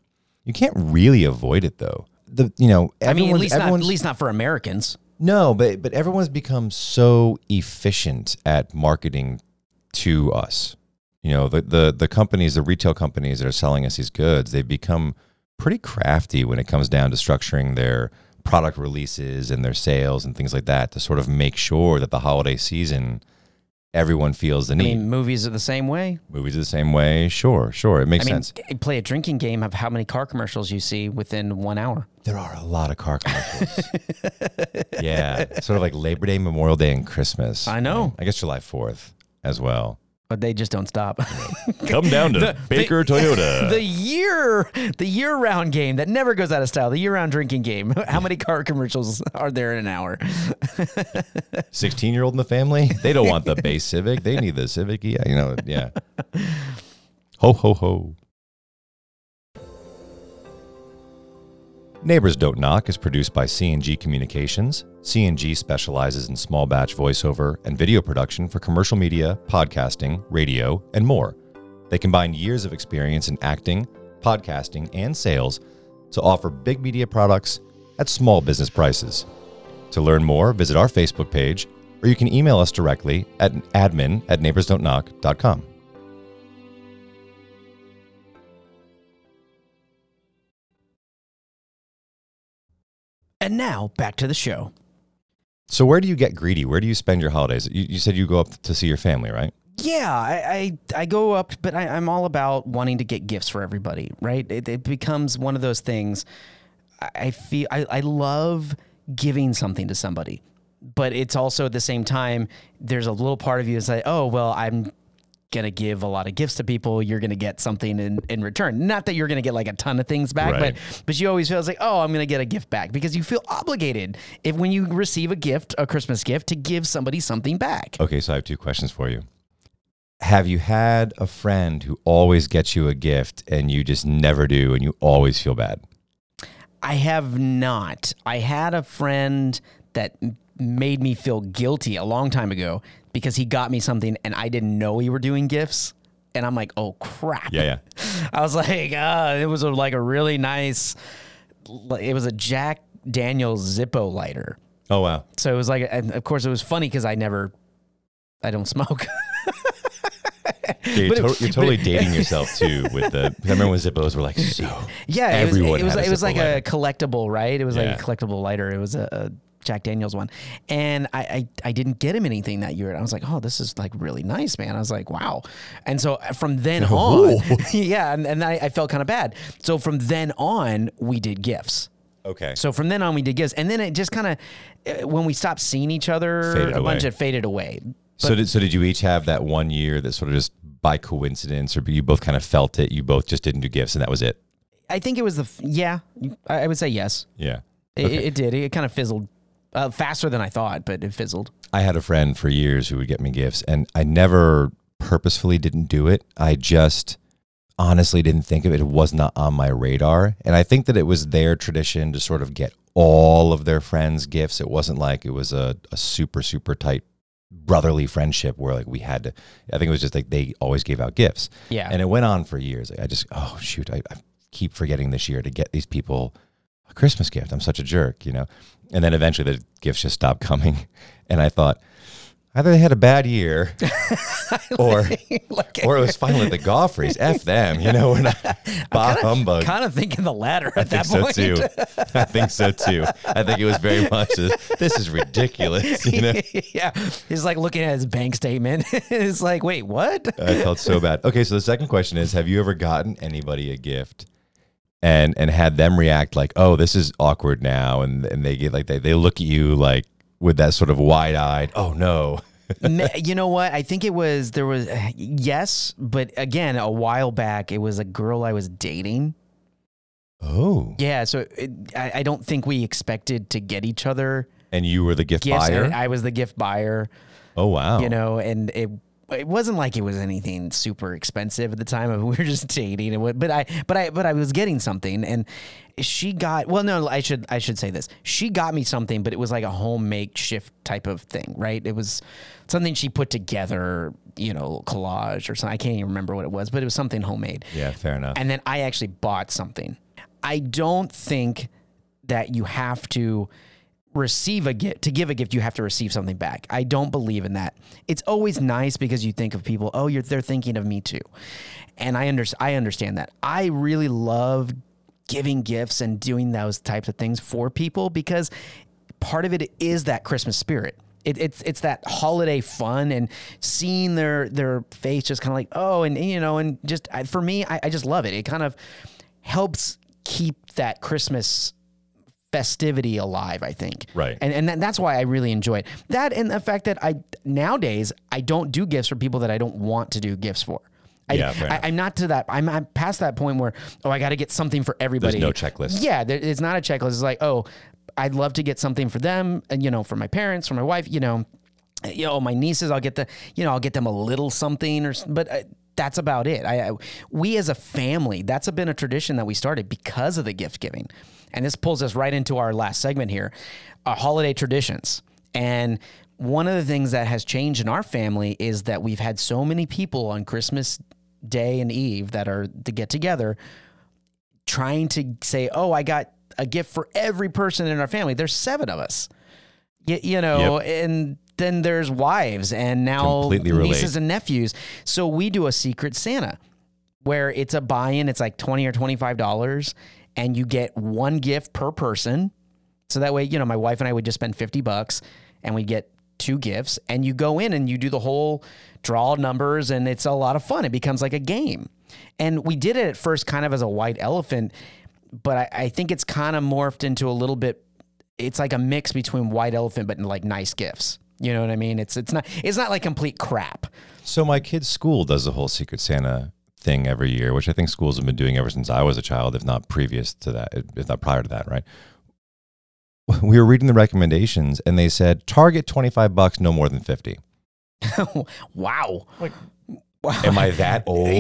you can't really avoid it though. The you know
I mean, at
everyone's-
least not, at
everyone's-
least not for Americans.
no, but but everyone's become so efficient at marketing to us. You know, the the the companies, the retail companies that are selling us these goods, they've become pretty crafty when it comes down to structuring their product releases and their sales and things like that to sort of make sure that the holiday season everyone feels the
I
need.
mean, movies are the same way.
Movies are the same way. Sure, sure. It makes
I mean,
sense.
g- play a drinking game of how many car commercials you see within one hour.
There are a lot of car commercials. yeah. Sort of like Labor Day, Memorial Day, and Christmas.
I know.
I guess July 4th as well.
But they just don't stop.
Come down to
Baker
Toyota.
the year the year round game that never goes out of style the year round drinking game how many car commercials are there in an hour
16 year old in the family. They don't want the base Civic. They need the Civic. Yeah, you know, yeah. Ho, ho, ho. Neighbors Don't Knock is produced by C&G Communications. C&G specializes in small batch voiceover and video production for commercial media, podcasting, radio, and more. They combine years of experience in acting, podcasting, and sales to offer big media products at small business prices. To learn more, visit our Facebook page, or you can email us directly at admin at neighborsdon'tknock.com.
and now back to the show
So, where do you get greedy? Where do you spend your holidays? You, you said you go up to see your family, right?
yeah i i, I go up but I, i'm all about wanting to get gifts for everybody right it, it becomes one of those things I- i feel I, I love giving something to somebody but it's also at the same time there's a little part of you that's like oh well i'm gonna give a lot of gifts to people you're gonna get something in, in return not that you're gonna get like a ton of things back
Right.
but but you always feel it's like oh i'm gonna get a gift back because you feel obligated if when you receive a gift a christmas gift to give somebody something back
Okay, so I have two questions for you. Have you had a friend who always gets you a gift and you just never do and you always feel bad?
I have not. I had a friend that m- made me feel guilty a long time ago because he got me something and I didn't know we were doing gifts. And I'm like, oh crap.
yeah.
I was like, uh, it was a, like a really nice, like, it was a Jack Daniels Zippo lighter.
Oh, wow.
So it was like, and of course, it was funny because I never, I don't smoke.
Yeah, you're,
But it-
tot- you're totally dating yourself too with the. 'cause I remember when Zippos were like, so.
Yeah,
Everyone
it was, it
had
was,
a
it was
Zippo
like a collectible, right? It was
Yeah.
like a collectible lighter. It was a, a Jack Daniels one, and I, I I didn't get him anything that year. And I was like, oh, this is like really nice, man. I was like, wow. And so uh, from then on, yeah, and, and I, I felt kind of bad. So from then on, we did gifts.
Okay.
So from then on, we did gifts, and then it just kind of when we stopped seeing each other,
Faded
a bunch
away.
of faded away.
So did so did you each have that one year that sort of just by coincidence, or you both kind of felt it? You both just didn't do gifts, and that was it.
I think it was the f- yeah. I, I would say yes.
Yeah.
It, it, it did. It kind of fizzled uh, faster than I thought, but it fizzled.
I had a friend for years who would get me gifts, and I never purposefully didn't do it. I just honestly didn't think of it. It was not on my radar, and I think that it was their tradition to sort of get all of their friends gifts. It wasn't like it was a, a super, super tight brotherly friendship where like we had to, I think it was just like they always gave out gifts.
Yeah.
And it went on for years. Like, I just, oh, shoot, I, I keep forgetting this year to get these people a Christmas gift. I'm such a jerk, you know? And then eventually the gifts just stopped coming. And I thought, either they had a bad year or
like,
or it was finally the Goffreys. F them, you know, we're not bah humbug.
kind of thinking the latter at
I
that
think so
point.
too. I think so too. I think it was very much a, this is ridiculous. You know,
yeah. He's like looking at his bank statement. It's like, wait, what?
I felt so bad. Okay, so the second question is: Have you ever gotten anybody a gift, and and had them react like, "Oh, this is awkward now," and and they get like they they look at you like with that sort of wide eyed, "Oh no."
Ma- you know what? I think it was there was yes, but again, a while back, it was a girl I was dating.
Oh,
Yeah, so it, I, I don't think we expected to get each other
and you were the gift
gifts.
buyer.
and I was the gift buyer,
oh wow.
you know, and it it wasn't like it was anything super expensive at the time. We were just dating, and what, but I but I but I was getting something, and she got well. No, I should I should say this. She got me something, but it was like a home makeshift type of thing, right? It was something she put together, you know, collage or something. I can't even remember what it was, but it was something homemade
yeah, fair enough.
and then I actually bought something. I don't think that you have to receive a gift to give a gift you have to receive something back. I don't believe in that. It's always nice because you think of people, oh you're they're thinking of me too. And I under, I understand that. I really love giving gifts and doing those types of things for people because part of it is that Christmas spirit. It, it's it's that holiday fun and seeing their their face just kind of like oh and you know and just I, for me I, I just love it. It kind of helps keep that Christmas festivity alive. I think
Right.
and and that- that's why I really enjoy it. That and the fact that I nowadays I don't do gifts for people that I don't want to do gifts for. I,
Yeah, fair
I, I'm not to that. I'm, I'm past that point where oh I got to get something for everybody.
no checklist.
Yeah, there, it's not a checklist. It's like, oh, I'd love to get something for them, and you know, for my parents, for my wife, you know, you know, oh, my nieces. I'll get the, you know, I'll get them a little something, or s- but uh, that's about it. I, I, we as a family, that's been a tradition that we started because of the gift giving, and this pulls us right into our last segment here, our holiday traditions, and. One of the things that has changed in our family is that we've had so many people on Christmas Day and Eve that are to get together trying to say, "Oh, I got a gift for every person in our family." There's seven of us, you, you know, and then there's wives, and now
Completely relate.
nieces and nephews. So we do a secret Santa, where it's a buy-in. It's like twenty or twenty-five dollars, and you get one gift per person. So that way, you know, my wife and I would just spend 50 bucks and we get two gifts and you go in and you do the whole draw numbers and it's a lot of fun. It becomes like a game. And we did it at first kind of as a white elephant, but I, I think it's kind of morphed into a little bit it's like a mix between white elephant but like nice gifts. You know what I mean? It's it's not it's not like complete crap.
So my kid's school does the whole Secret Santa thing every year, which I think schools have been doing ever since I was a child, if not previous to that, if not prior to that, right? We were reading the recommendations and they said target 25 bucks, no more than 50.
wow.
Am I that old?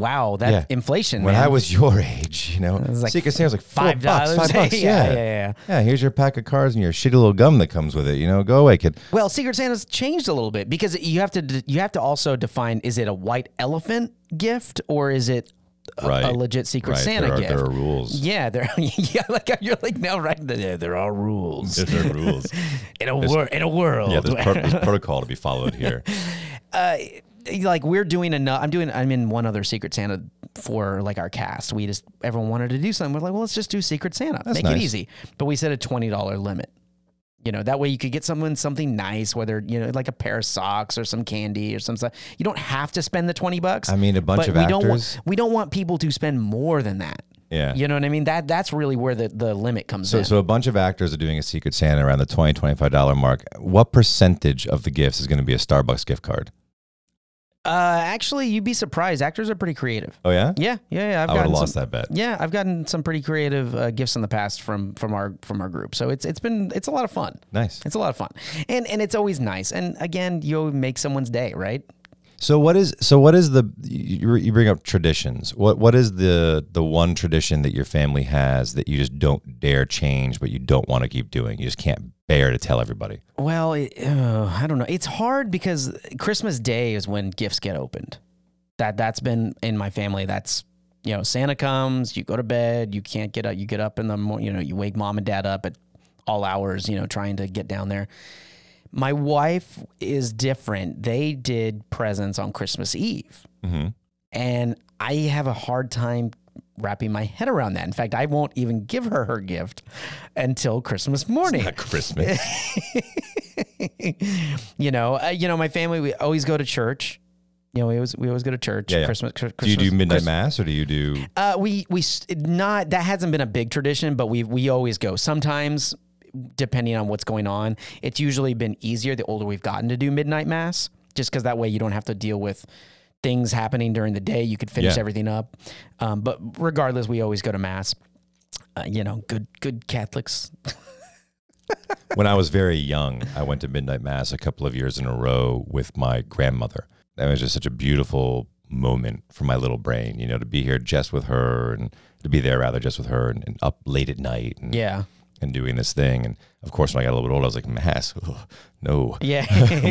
wow, that
Yeah.
inflation.
When
man.
I was your age, you know,
was like
Secret Santa was like four
five
bucks,
dollars.
five bucks.
yeah,
Yeah.
yeah,
Yeah,
yeah.
here's your pack of cards and your shitty little gum that comes with it. You know, go away, kid.
Well, Secret Santa's changed a little bit because you have to d- you have to also define is it a white elephant gift or is it a,
Right.
a legit Secret
Right.
Santa
there, are,
gift?
there are rules.
yeah, there. Yeah, like you're like no, right? There, there are rules
There are rules.
in a world. In a world,
Yeah, there's,
where-
pro- there's protocol to be followed here.
Uh, like we're doing enough. I'm doing. I'm in one other Secret Santa for like our cast. We just everyone wanted to do something. We're like, well, let's just do Secret Santa. Make it
nice.
easy. But we set a twenty dollar limit. You know, that way you could get someone something nice, whether you know, like a pair of socks or some candy or some stuff. You don't have to spend the twenty bucks.
I mean, a bunch
but
of
we
actors.
Don't want, we don't want people to spend more than that.
yeah.
You know what I mean? That that's really where the, the limit comes
So,
in.
so a bunch of actors are doing a Secret Santa around the 20 $25 mark. What percentage of the gifts is going to be a Starbucks gift card?
uh, actually, you'd be surprised. Actors are pretty creative.
Oh, yeah?
Yeah, yeah, yeah. I've
I would have
gotten
lost
some-
that bet.
Yeah, I've gotten some pretty creative uh, gifts in the past from from our from our group. So it's it's been it's a lot of fun.
Nice.
It's a lot of fun, and and it's always nice. And again, you make someone's day, right?
So what is so what is the you, you bring up traditions? What what is the the one tradition that your family has that you just don't dare change, but you don't want to keep doing? You just can't bear to tell everybody.
Well, it, uh, I don't know. It's hard because Christmas Day is when gifts get opened. That that's been in my family. That's you know Santa comes, you go to bed, you can't get up. You get up in the morning. You know you wake mom and dad up at all hours. You know trying to get down there. My wife is different. They did presents on Christmas Eve,
Mhm.
and I have a hard time wrapping my head around that. In fact, I won't even give her her gift until Christmas morning.
Not Christmas.
you know, uh, you know, my family we always go to church. You know, we always we always go to church.
Yeah, yeah.
Christmas, Chri-
do you
Christmas.
do midnight
Christ-
mass or do you do?
Uh, we we s- not that hasn't been a big tradition, but we we always go. Sometimes, depending on what's going on, it's usually been easier the older we've gotten to do midnight mass, just because that way you don't have to deal with things happening during the day. You could finish
Yeah.
everything up. Um, but regardless, we always go to mass. Uh, you know, good good Catholics.
when I was very young, I went to midnight mass a couple of years in a row with my grandmother. That was just such a beautiful moment for my little brain, you know, to be here just with her and to be there rather just with her and, and up late at night and,
Yeah,
and doing this thing. And of course, when I got a little bit older, I was like, mass, ugh, no,
yeah.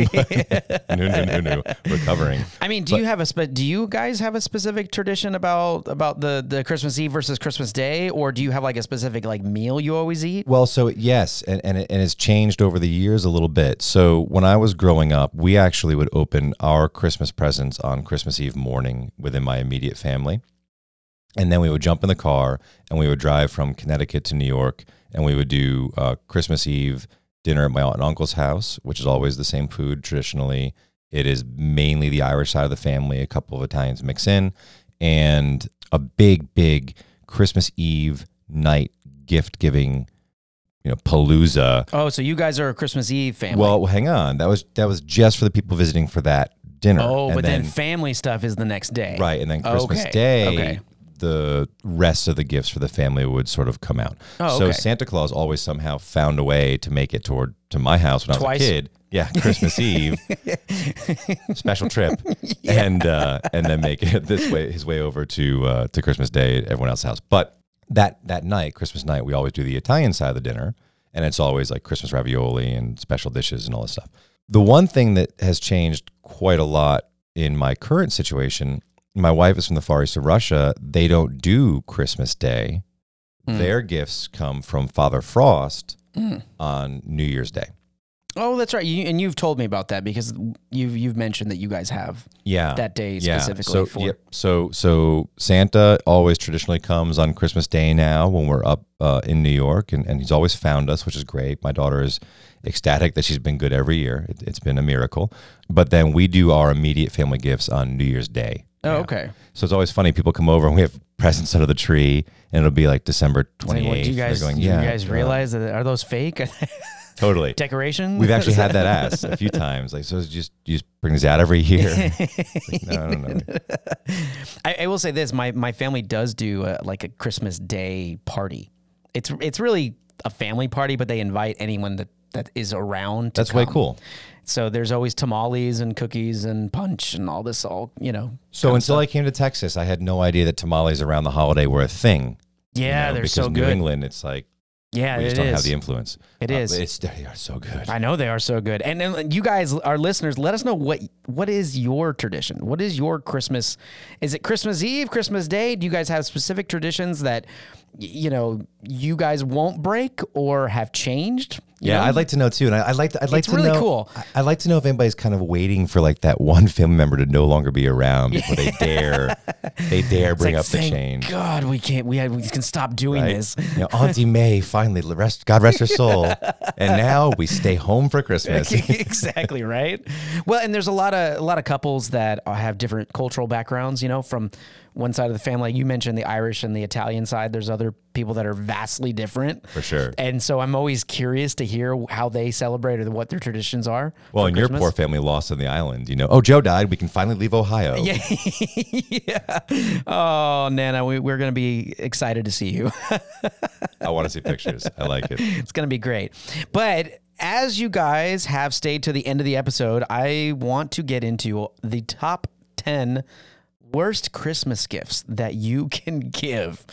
no, no, no, no, recovering.
I mean, do you have a spe- do you guys have a specific tradition about about the the Christmas Eve versus Christmas Day, or do you have like a specific like meal you always eat?
Well, so yes, and, and, it, and it's changed over the years a little bit. So when I was growing up, we actually would open our Christmas presents on Christmas Eve morning within my immediate family. And then we would jump in the car and we would drive from Connecticut to New York and we would do uh, Christmas Eve dinner at my aunt and uncle's house, which is always the same food traditionally. It is mainly the Irish side of the family, a couple of Italians mix in, and a big, big Christmas Eve night gift giving, you know, palooza
Oh, so you guys are a Christmas Eve family.
well, hang on. That was that was just for the people visiting for that dinner.
oh,
And
but then, family stuff is the next day.
right, and then Christmas
Okay,
Day,
okay.
the rest of the gifts for the family would sort of come out.
Oh,
so
okay.
Santa Claus always somehow found a way to make it toward to my house when
Twice.
I was a kid. Yeah, Christmas Eve, special trip, and uh, and then make it this way his way over to uh, to Christmas Day at everyone else's house. But that that night, Christmas night, we always do the Italian side of the dinner, and it's always like Christmas ravioli and special dishes and all this stuff. The one thing that has changed quite a lot in my current situation, my wife is from the far east of Russia. They don't do Christmas Day.
Mm.
Their gifts come from Father Frost
Mm.
on New Year's Day.
Oh, that's right. You, and you've told me about that because you've you've mentioned that you guys have
Yeah.
that day specifically
So,
for.
yep. So, so Santa always traditionally comes on Christmas Day now when we're up uh, in New York, and, and he's always found us, which is great. My daughter is ecstatic that she's been good every year. It, it's been a miracle. But then we do our immediate family gifts on New Year's Day.
Oh,
now.
okay.
So it's always funny. People come over and we have presents under the tree, and it'll be like December
Like,
twenty
what,
eighth.
do you guys do you guys realize that are those fake
uh, totally.
decorations?
We've actually had that asked a few times. Like, so it's just you just brings that every year. Like, no, no, no.
I, I will say this: my my family does do a, like a Christmas Day party. It's it's really a family party, but they invite anyone that that is around. To
That's way
come.
cool.
So there's always tamales and cookies and punch and all this. All you know.
So until I came to Texas, I had no idea that tamales around the holiday were a thing. you
Yeah,
know,
they're
because
so
New
good.
England, it's like
yeah,
we
it
just don't
is.
have the uh, influence.
It
It is.
is.
It's they are so good.
I know they are so good. And, and you guys, our listeners, let us know what what is your tradition? What is your Christmas? Is it Christmas Eve, Christmas Day? Do you guys have specific traditions that y- you know you guys won't break or have changed? You
Yeah,
know?
I'd like to know too, and I, I'd like to, I'd like
It's
to
really
know.
cool.
I- I'd like to know if anybody's kind of waiting for like that one family member to no longer be around before they dare, they dare bring
Like,
up the
thank
change.
God, we can't. We, had, we can stop doing
right?
this.
You know, Auntie May finally rest, God rest her soul, and now we stay home for Christmas.
exactly right. Well, and there's a lot of a lot of couples that have different cultural backgrounds. You know, from one side of the family, you mentioned the Irish and the Italian side. There's other people that are vastly different.
For sure.
And so I'm always curious to hear how they celebrate or what their traditions are.
Well,
for
and your
Christmas.
poor family lost on the island. You know, oh Joe died. We can finally leave Ohio.
Yeah. yeah. Oh, Nana, we, we're going to be excited to see you.
I want to see pictures. I like it.
it's going to be great. But as you guys have stayed to the end of the episode, I want to get into the top 10 worst Christmas gifts that you can give.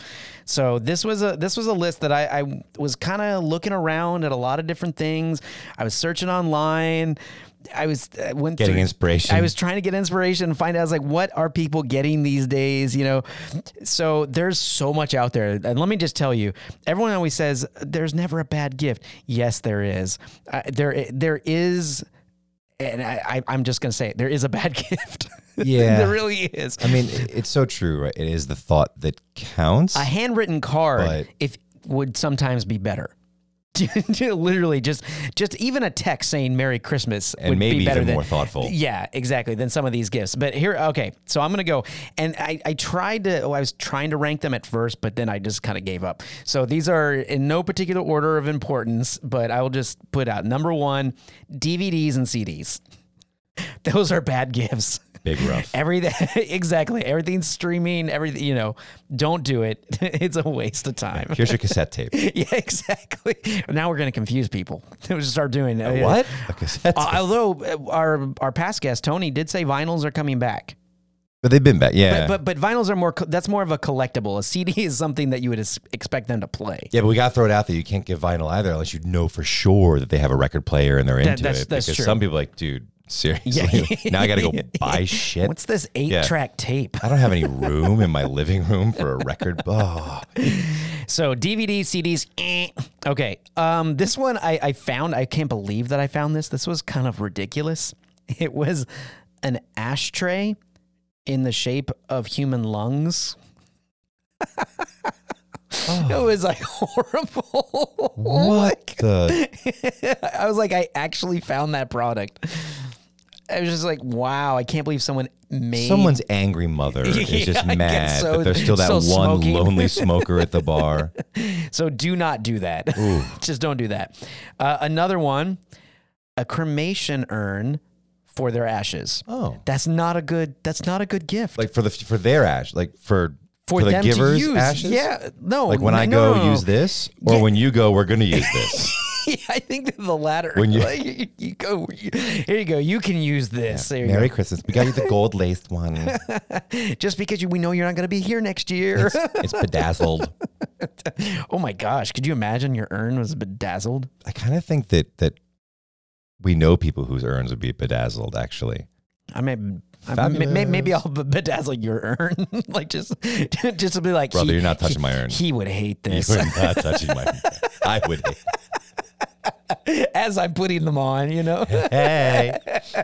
So this was a this was a list that I, I was kind of looking around at a lot of different things. I was searching online. I was I went
Getting
through-
inspiration.
I was trying to get inspiration and find out I was like what are people getting these days, you know. So there's so much out there. And let me just tell you, everyone always says there's never a bad gift. Yes, there is. Uh, there there is and I, I, I'm just gonna say it, there is a bad gift.
Yeah.
there really is.
I mean, it- it's so true. Right? It is the thought that counts.
a handwritten card
But-
if would sometimes be better. Literally, just just even a text saying "Merry Christmas"
And
would
maybe
be better
even
than,
more thoughtful.
Yeah, exactly. Than some of these gifts. But here, okay, so I'm gonna go, and I, I tried to. Oh, I was trying to rank them at first, but then I just kind of gave up. So these are in no particular order of importance, but I will just put out number one: DVDs and CDs. Those are bad gifts.
Big rough.
Everything exactly. Everything's streaming. Everything you know. Don't do it. it's a waste of time.
Here's your cassette tape.
yeah, exactly. Now we're gonna confuse people. We'll just start doing it.
What? A cassette
Uh,
tape.
although uh, our our past guest Tony did say vinyls are coming back,
But they've been back. Yeah.
but but vinyls are more. co- That's more of a collectible. A CD is something that you would es- expect them to play.
yeah, but we got to throw it out there. You can't get vinyl either unless you know for sure that they have a record player and they're into
that's-
it.
that's
because
true.
some people are like, dude, seriously. now I got to go buy shit.
What's this eight track tape?
I don't have any room in my living room for a record. Oh,
So DVD, CDs. Eh. Okay. Um, this one I, I found. I can't believe that I found this. This was kind of ridiculous. It was an ashtray in the shape of human lungs. It was like horrible.
what the?
I was like, I actually found that product. I was just like, wow, I can't believe someone made
Someone's angry mother is
Yeah,
just
I get
mad
so-
that there's still that
so
one
smoking.
lonely smoker at the bar.
So do not do that. Just don't do that. Uh, another one, a cremation urn for their ashes.
Oh.
That's not a good. That's not a good gift
Like for the for their ash, like for
for,
the
them
givers
to use.
ashes.
Yeah, no.
Like when I
no,
go
no, no.
use this, or when you go, we're gonna use this.
Yeah, I think the latter.
When you-
Like, you, you go, here you go. You can use this. There you
Merry Christmas. We got you the gold laced one.
go. Just because you, we know you're not going to be here next year.
It's bedazzled.
oh my gosh, could you imagine your urn was bedazzled?
I kind of think that that we know people whose urns would be bedazzled. Actually,
I mean, I, may,
Fabulous.
maybe I'll b- bedazzle your urn, like just, just to be like,
Brother,
he-
you're not touching
he-
my urn.
He would hate
you're
this
not touching my. I would.
as I'm putting them on. You know,
Hey.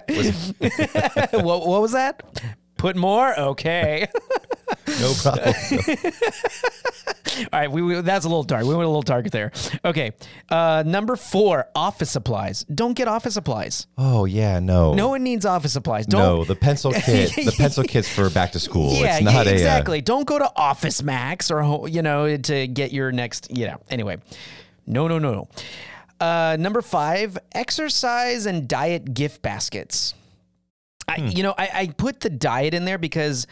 what, what was that? Put more, okay.
No problem.
All right, we, we that's a little dark. We went a little dark there. Okay, uh, number four, office supplies. Don't get office supplies.
Oh yeah, no.
No one needs office supplies. Don't.
No, the pencil kit. the pencil kit's for back to school.
Yeah,
it's not
yeah,
a, uh,
exactly. Don't go to Office Max or ho- you know to get your next. You know, anyway, no, no, no, no. Uh, number five: exercise and diet gift baskets. I,
Hmm.
You know, I, I put the diet in there because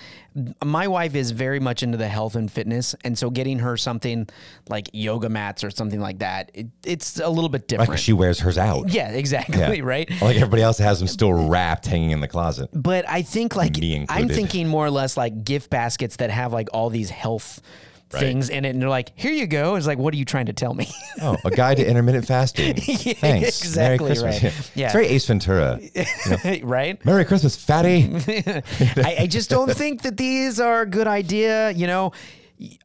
my wife is very much into the health and fitness, and so getting her something like yoga mats or something like that, it, it's a little bit different.
like she wears hers out.
yeah, exactly, right.
Like everybody else has them still wrapped, hanging in the closet.
But I think like
Me
I'm
included.
thinking more or less like gift baskets that have like all these health things in it, and they're like, "Here you go." It's like, "What are you trying to tell me?"
Oh, a guide to intermittent fasting. Thanks.
exactly
Merry Christmas.
right. Yeah.
It's very Ace Ventura.
right?
Merry Christmas, fatty.
I, I just don't think that these are a good idea. You know,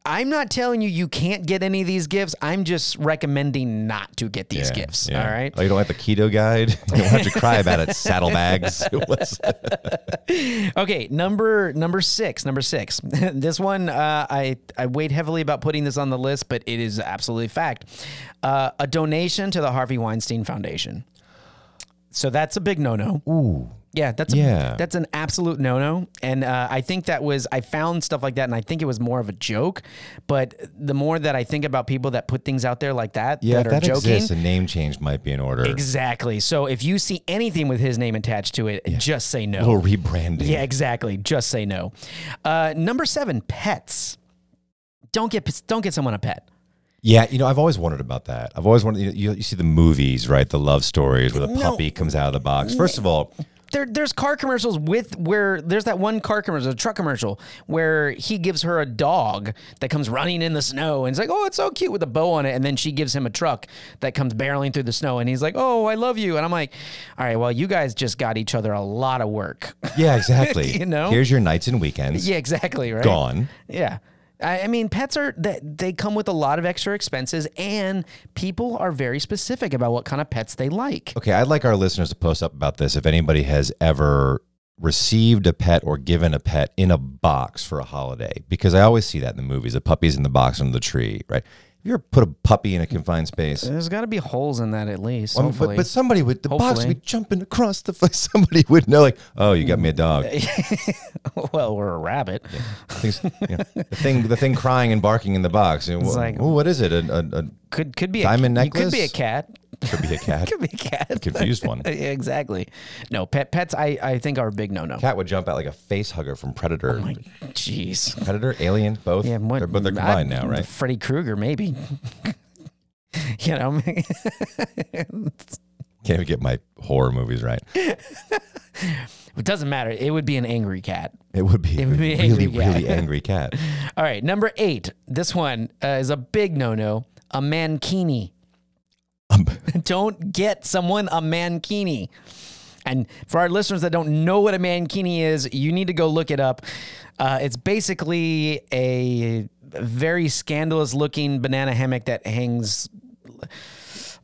I'm not telling you you can't get any of these gifts. I'm just recommending not to get these gifts.
yeah.
All right.
Oh, you don't like the keto guide? You don't have to cry about it. Saddlebags. It was-
Okay, number number six, number six. this one, uh, I I weighed heavily about putting this on the list, but it is absolutely fact. Uh, a donation to the Harvey Weinstein Foundation. So that's a big no-no.
Ooh.
Yeah, that's a,
Yeah.
that's an absolute no-no. And uh, I think that was I found stuff like that, and I think it was more of a joke. But the more that I think about people that put things out there like that,
Yeah,
that
if
are
that
joking,
exists, a name change might be in order.
exactly. So if you see anything with his name attached to it, just say no.
Little rebranding.
Yeah, exactly. Just say no. Uh, number seven, pets. Don't get don't get someone a pet.
Yeah, you know, I've always wondered about that. I've always wondered. You, know, you, you see the movies, right? The love stories where the
No.
puppy comes out of the box. First of all,
There, there's car commercials with where there's that one car commercial, a truck commercial, where he gives her a dog that comes running in the snow and it's like, oh, it's so cute with a bow on it. And then she gives him a truck that comes barreling through the snow and he's like, oh, I love you. And I'm like, all right, well, you guys just got each other a lot of work.
yeah, exactly.
You know?
here's your nights and weekends
yeah, exactly. Right.
gone.
Yeah. I I mean, pets are that they come with a lot of extra expenses, and people are very specific about what kind of pets they like.
Okay, I'd like our listeners to post up about this. If anybody has ever received a pet or given a pet in a box for a holiday, because I always see that in the movies, the puppy's in the box under the tree, right? Have you ever put a puppy in a confined space?
There's got to be holes in that at least.
Um,
hopefully.
but, but somebody would the box
Hopefully.
would be jumping across the place. Somebody would know, like, oh, you got me a dog.
well, we're a rabbit.
Things- you know, the thing, the thing crying and barking in the box. You know, wh-
like-
"Ooh, what is it? A, a, a
Could could be
Diamond
a, you Could be a
necklace?
cat.
could be a cat.
Could be a cat.
Confused one.
exactly. No pet pets. I I think are a big no no.
Cat would jump out like a face hugger from Predator.
Jeez.
Predator, Alien, both.
Oh Yeah, what,
they're, but they're
I-
combined now, right?
Freddy Krueger, maybe. you know,
Can't even get my horror movies right.
it doesn't matter. It would be an angry cat.
It would be,
would be an
a really,
angry cat.
really angry cat.
All right, number eight. This one uh, is a big no-no. A mankini.
Um,
don't get someone a mankini. And for our listeners that don't know what a mankini is, you need to go look it up. Uh, it's basically a very scandalous-looking banana hammock that hangs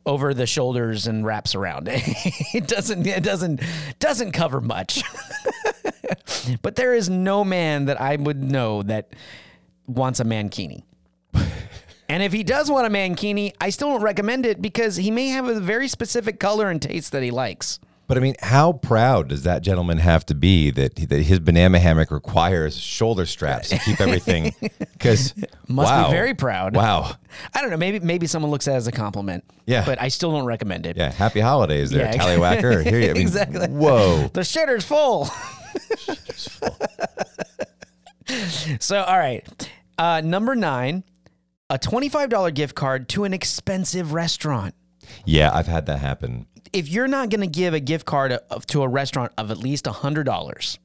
over the shoulders and wraps around. it doesn't. It doesn't. Doesn't cover much. but there is no man that I would know that wants a mankini. And if he does want a mankini, I still don't recommend it because he may have a very specific color and taste that he likes.
but I mean, how proud does that gentleman have to be that, that his banana hammock requires shoulder straps to keep everything? Because
Must
wow,
be very proud.
Wow.
I don't know. Maybe maybe someone looks at it as a compliment.
Yeah.
But I still don't recommend it.
Yeah, happy holidays there,
Yeah, ex-
Tallywhacker. Here you I mean,
exactly.
Whoa.
The shitter's full. so all right, uh, number nine, a twenty-five dollar gift card to an expensive restaurant.
Yeah, I've had that happen.
If you're not going to give a gift card of, to a restaurant of at least hundred dollars,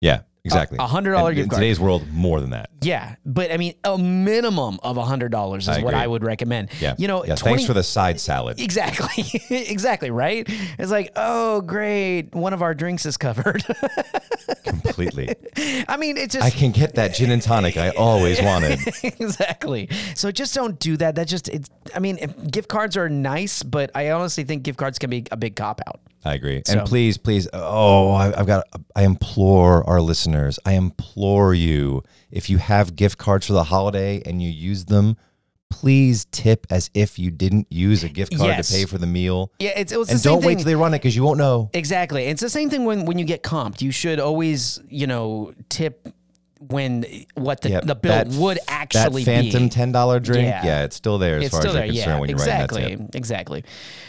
Yeah, exactly.
a hundred dollar
In-
gift
in
card.
Today's world, more than that.
Yeah, but I mean, a minimum of hundred dollars is
I
what
agree.
I would recommend.
Yeah.
you know,
Yeah,
20
thanks for the side salad.
exactly, exactly, right? It's like, oh, great, one of our drinks is covered.
Completely.
I mean, it's
I
just
can get that gin and tonic I always wanted.
exactly. So just don't do that. That just, it's, I mean, if- gift cards are nice, but I honestly think gift cards can be a big cop out.
I agree. And please, please, oh, I, I've got, I implore our listeners, I implore you, if you have gift cards for the holiday and you use them, please tip as if you didn't use a gift card
Yes.
to pay for the meal.
Yeah, it's, it's the same
And don't
thing.
wait till they run it because you won't know.
Exactly. It's the same thing when, when you get comped. You should always, you know, tip when what the,
Yeah,
the bill
that-
would actually
that phantom
be.
ten dollar drink.
Yeah.
Yeah. it's still there as
it's
far
still
as you're
there.
concerned
Yeah,
when you're
exactly,
writing that tip.
exactly.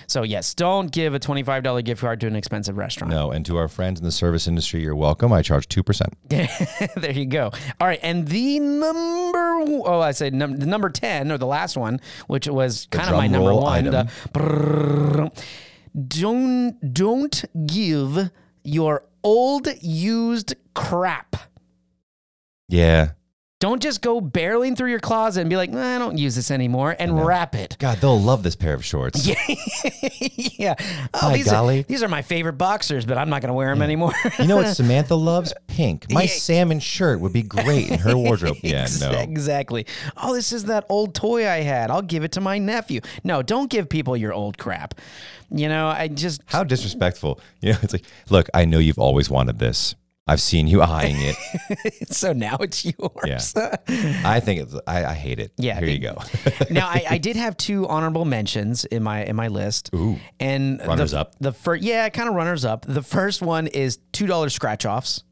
So yes, don't give a twenty-five dollar gift card to an expensive restaurant.
No, and to our friends in the service industry, you're welcome. I charge two percent.
there you go. All right, and the number oh, I said num- the number ten or the last one, which was kind of my
drum
number
roll
one.
item.
the brrrr. don't don't give your old used crap.
Yeah.
Don't just go barreling through your closet and be like, "Nah, I don't use this anymore, and wrap it.
God, they'll love this pair of shorts.
Yeah. yeah. Oh,
By
these Are,
golly.
these are my favorite boxers, but I'm not going to wear them anymore.
You know what Samantha loves? Pink. My
Yeah.
salmon shirt would be great in her wardrobe. Yeah, no.
Exactly. Oh, this is that old toy I had. I'll give it to my nephew. No, don't give people your old crap. You know, I just.
How disrespectful. You know, it's like, look, I know you've always wanted this. I've seen you eyeing it.
so now it's yours.
I think it's I, I hate it.
Yeah,
Here
it-
you go.
now I, I did have two honorable mentions in my in my list.
Ooh.
And
Runners
the,
up.
The first, yeah, kind of runners up. The first one is two dollar scratch offs.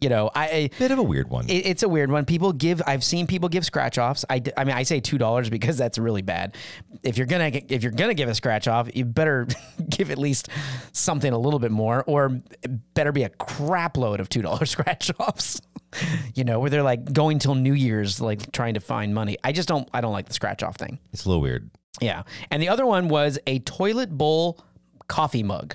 You know, I, I
Bit of a weird one.
It, it's a weird one. People give. I've seen people give scratch offs. I, d- I mean, I say two dollars because that's really bad. If you're gonna g- if you're gonna give a scratch off, you better give at least something a little bit more, or it better be a crap load of two dollar scratch offs. you know, where they're like going till New Year's, like trying to find money. I just don't, I don't like the scratch off thing.
It's a little weird.
Yeah. And the other one was a toilet bowl coffee mug.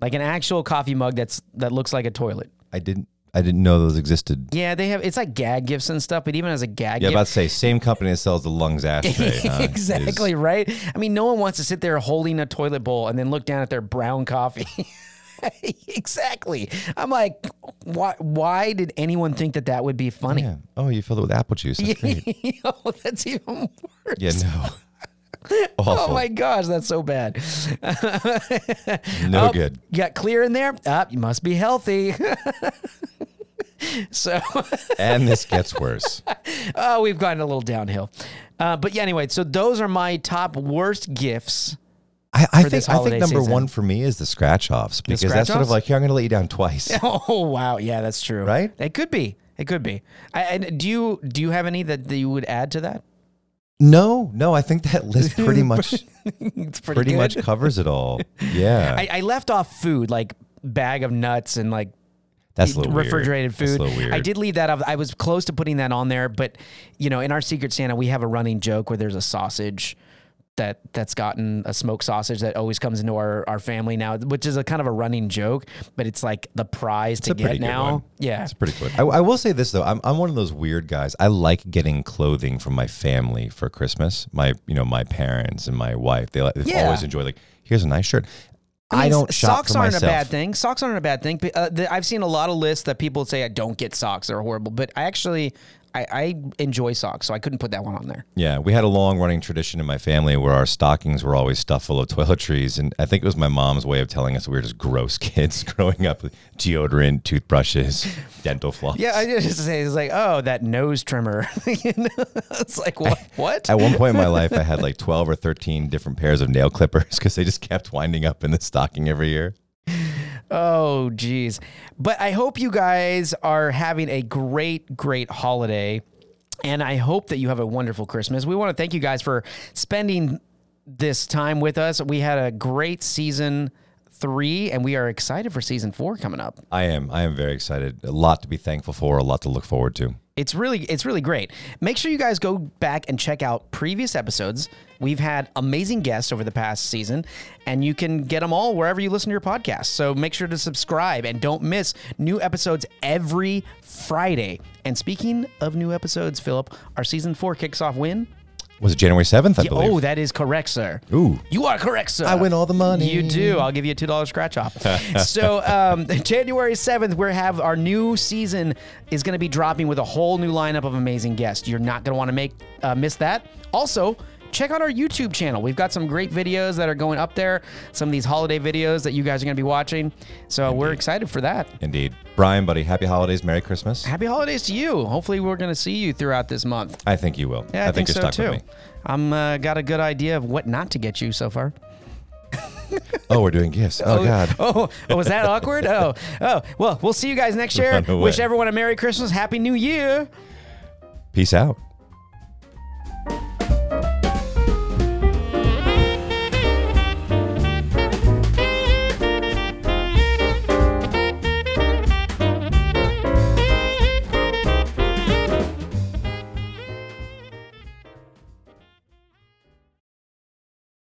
Like an actual coffee mug that's that looks like a toilet.
I didn't I didn't know those existed.
Yeah, they have it's like gag gifts and stuff, but even as a gag
Yeah,
gift,
about to say same company that sells the lungs ashtray. huh, is-
exactly right. I mean, no one wants to sit there holding a toilet bowl and then look down at their brown coffee. exactly. I'm like, why? Why did anyone think that that would be funny?
yeah. Oh, you filled it with apple juice. That's great.
oh, that's even worse.
Yeah, no.
Oh
Awful.
my gosh, that's so bad.
no
Oh,
good.
You got clear in there? Up, you must be healthy. so
And this gets worse.
oh, we've gotten a little downhill. Uh, but yeah, anyway, so those are my top worst gifts.
I, I
this
think I
holiday
think number
season.
one for me is the scratch offs because that's sort
scratch-offs?
of like here I'm going to let you down twice.
Oh wow, yeah, that's true.
Right?
It could be. It could be. I, and do you do you have any that, that you would add to that?
no, no, I think that list pretty much
It's pretty,
pretty
good.
much uh, covers it all. Yeah,
I, I left off food like bag of nuts and like
that's a little weird.
refrigerated
That's
food.
a little weird.
I did leave that up. I was close to putting that on there, but you know, in our Secret Santa, we have a running joke where there's a sausage that that's gotten a smoked sausage that always comes into our, our family now, which is a kind of a running joke, but it's like the prize to
a pretty
get
good
now.
one.
Yeah.
It's pretty good. I, I will say this though, I'm I'm one of those weird guys. I like getting clothing from my family for Christmas. My you know my parents and my wife. They like- they've
Yeah.
always enjoy like here's a nice shirt. I,
mean,
don't
s-
shop
socks
for
aren't
myself.
a bad thing. Socks aren't a bad thing. But, uh, the, I've seen a lot of lists that people say I don't get socks; they're horrible. But I actually, I, I enjoy socks, so I couldn't put that one on there.
Yeah, we had a long running tradition in my family where our stockings were always stuffed full of toiletries, and I think it was my mom's way of telling us we were just gross kids growing up with deodorant, toothbrushes, dental floss.
Yeah, I just say it's like, oh, that nose trimmer. You know? It's like what? What?
At one point in my life, I had like twelve or thirteen different pairs of nail clippers because they just kept winding up in the stocking every year.
oh, geez. But I hope you guys are having a great, great holiday, and I hope that you have a wonderful Christmas. We want to thank you guys for spending this time with us. We had a great season three, and we are excited for season four coming up.
I am. I am very excited. A lot to be thankful for. A lot to look forward to.
It's really it's really great. Make sure you guys go back and check out previous episodes. We've had amazing guests over the past season and you can get them all wherever you listen to your podcast. So make sure to subscribe and don't miss new episodes every Friday. And speaking of new episodes, Philip, our season 4 kicks off when?
Was it January seventh? I believe.
Oh, that is correct, sir.
Ooh.
You are correct, sir.
I win all the money.
You do. I'll give you a two dollar scratch off. so um, January seventh, we have our new season is going to be dropping with a whole new lineup of amazing guests. You're not going to want to make uh, miss that. Also. Check out our YouTube channel. We've got some great videos that are going up there, some of these holiday videos that you guys are going to be watching. So we're excited for that.
Indeed. Brian, buddy, happy holidays. Merry Christmas.
Happy holidays to you. Hopefully, we're going to see you throughout this month.
I think you will.
Yeah, I, think,
you're
so
stuck
too.
with me.
I'm uh, got a good idea of what not to get you so far.
Oh, we're doing gifts. Oh, God.
Oh, oh, was that awkward? Oh, oh. Well, we'll see you guys next year.
Run away.
Wish everyone a Merry Christmas, Happy New Year.
Peace out.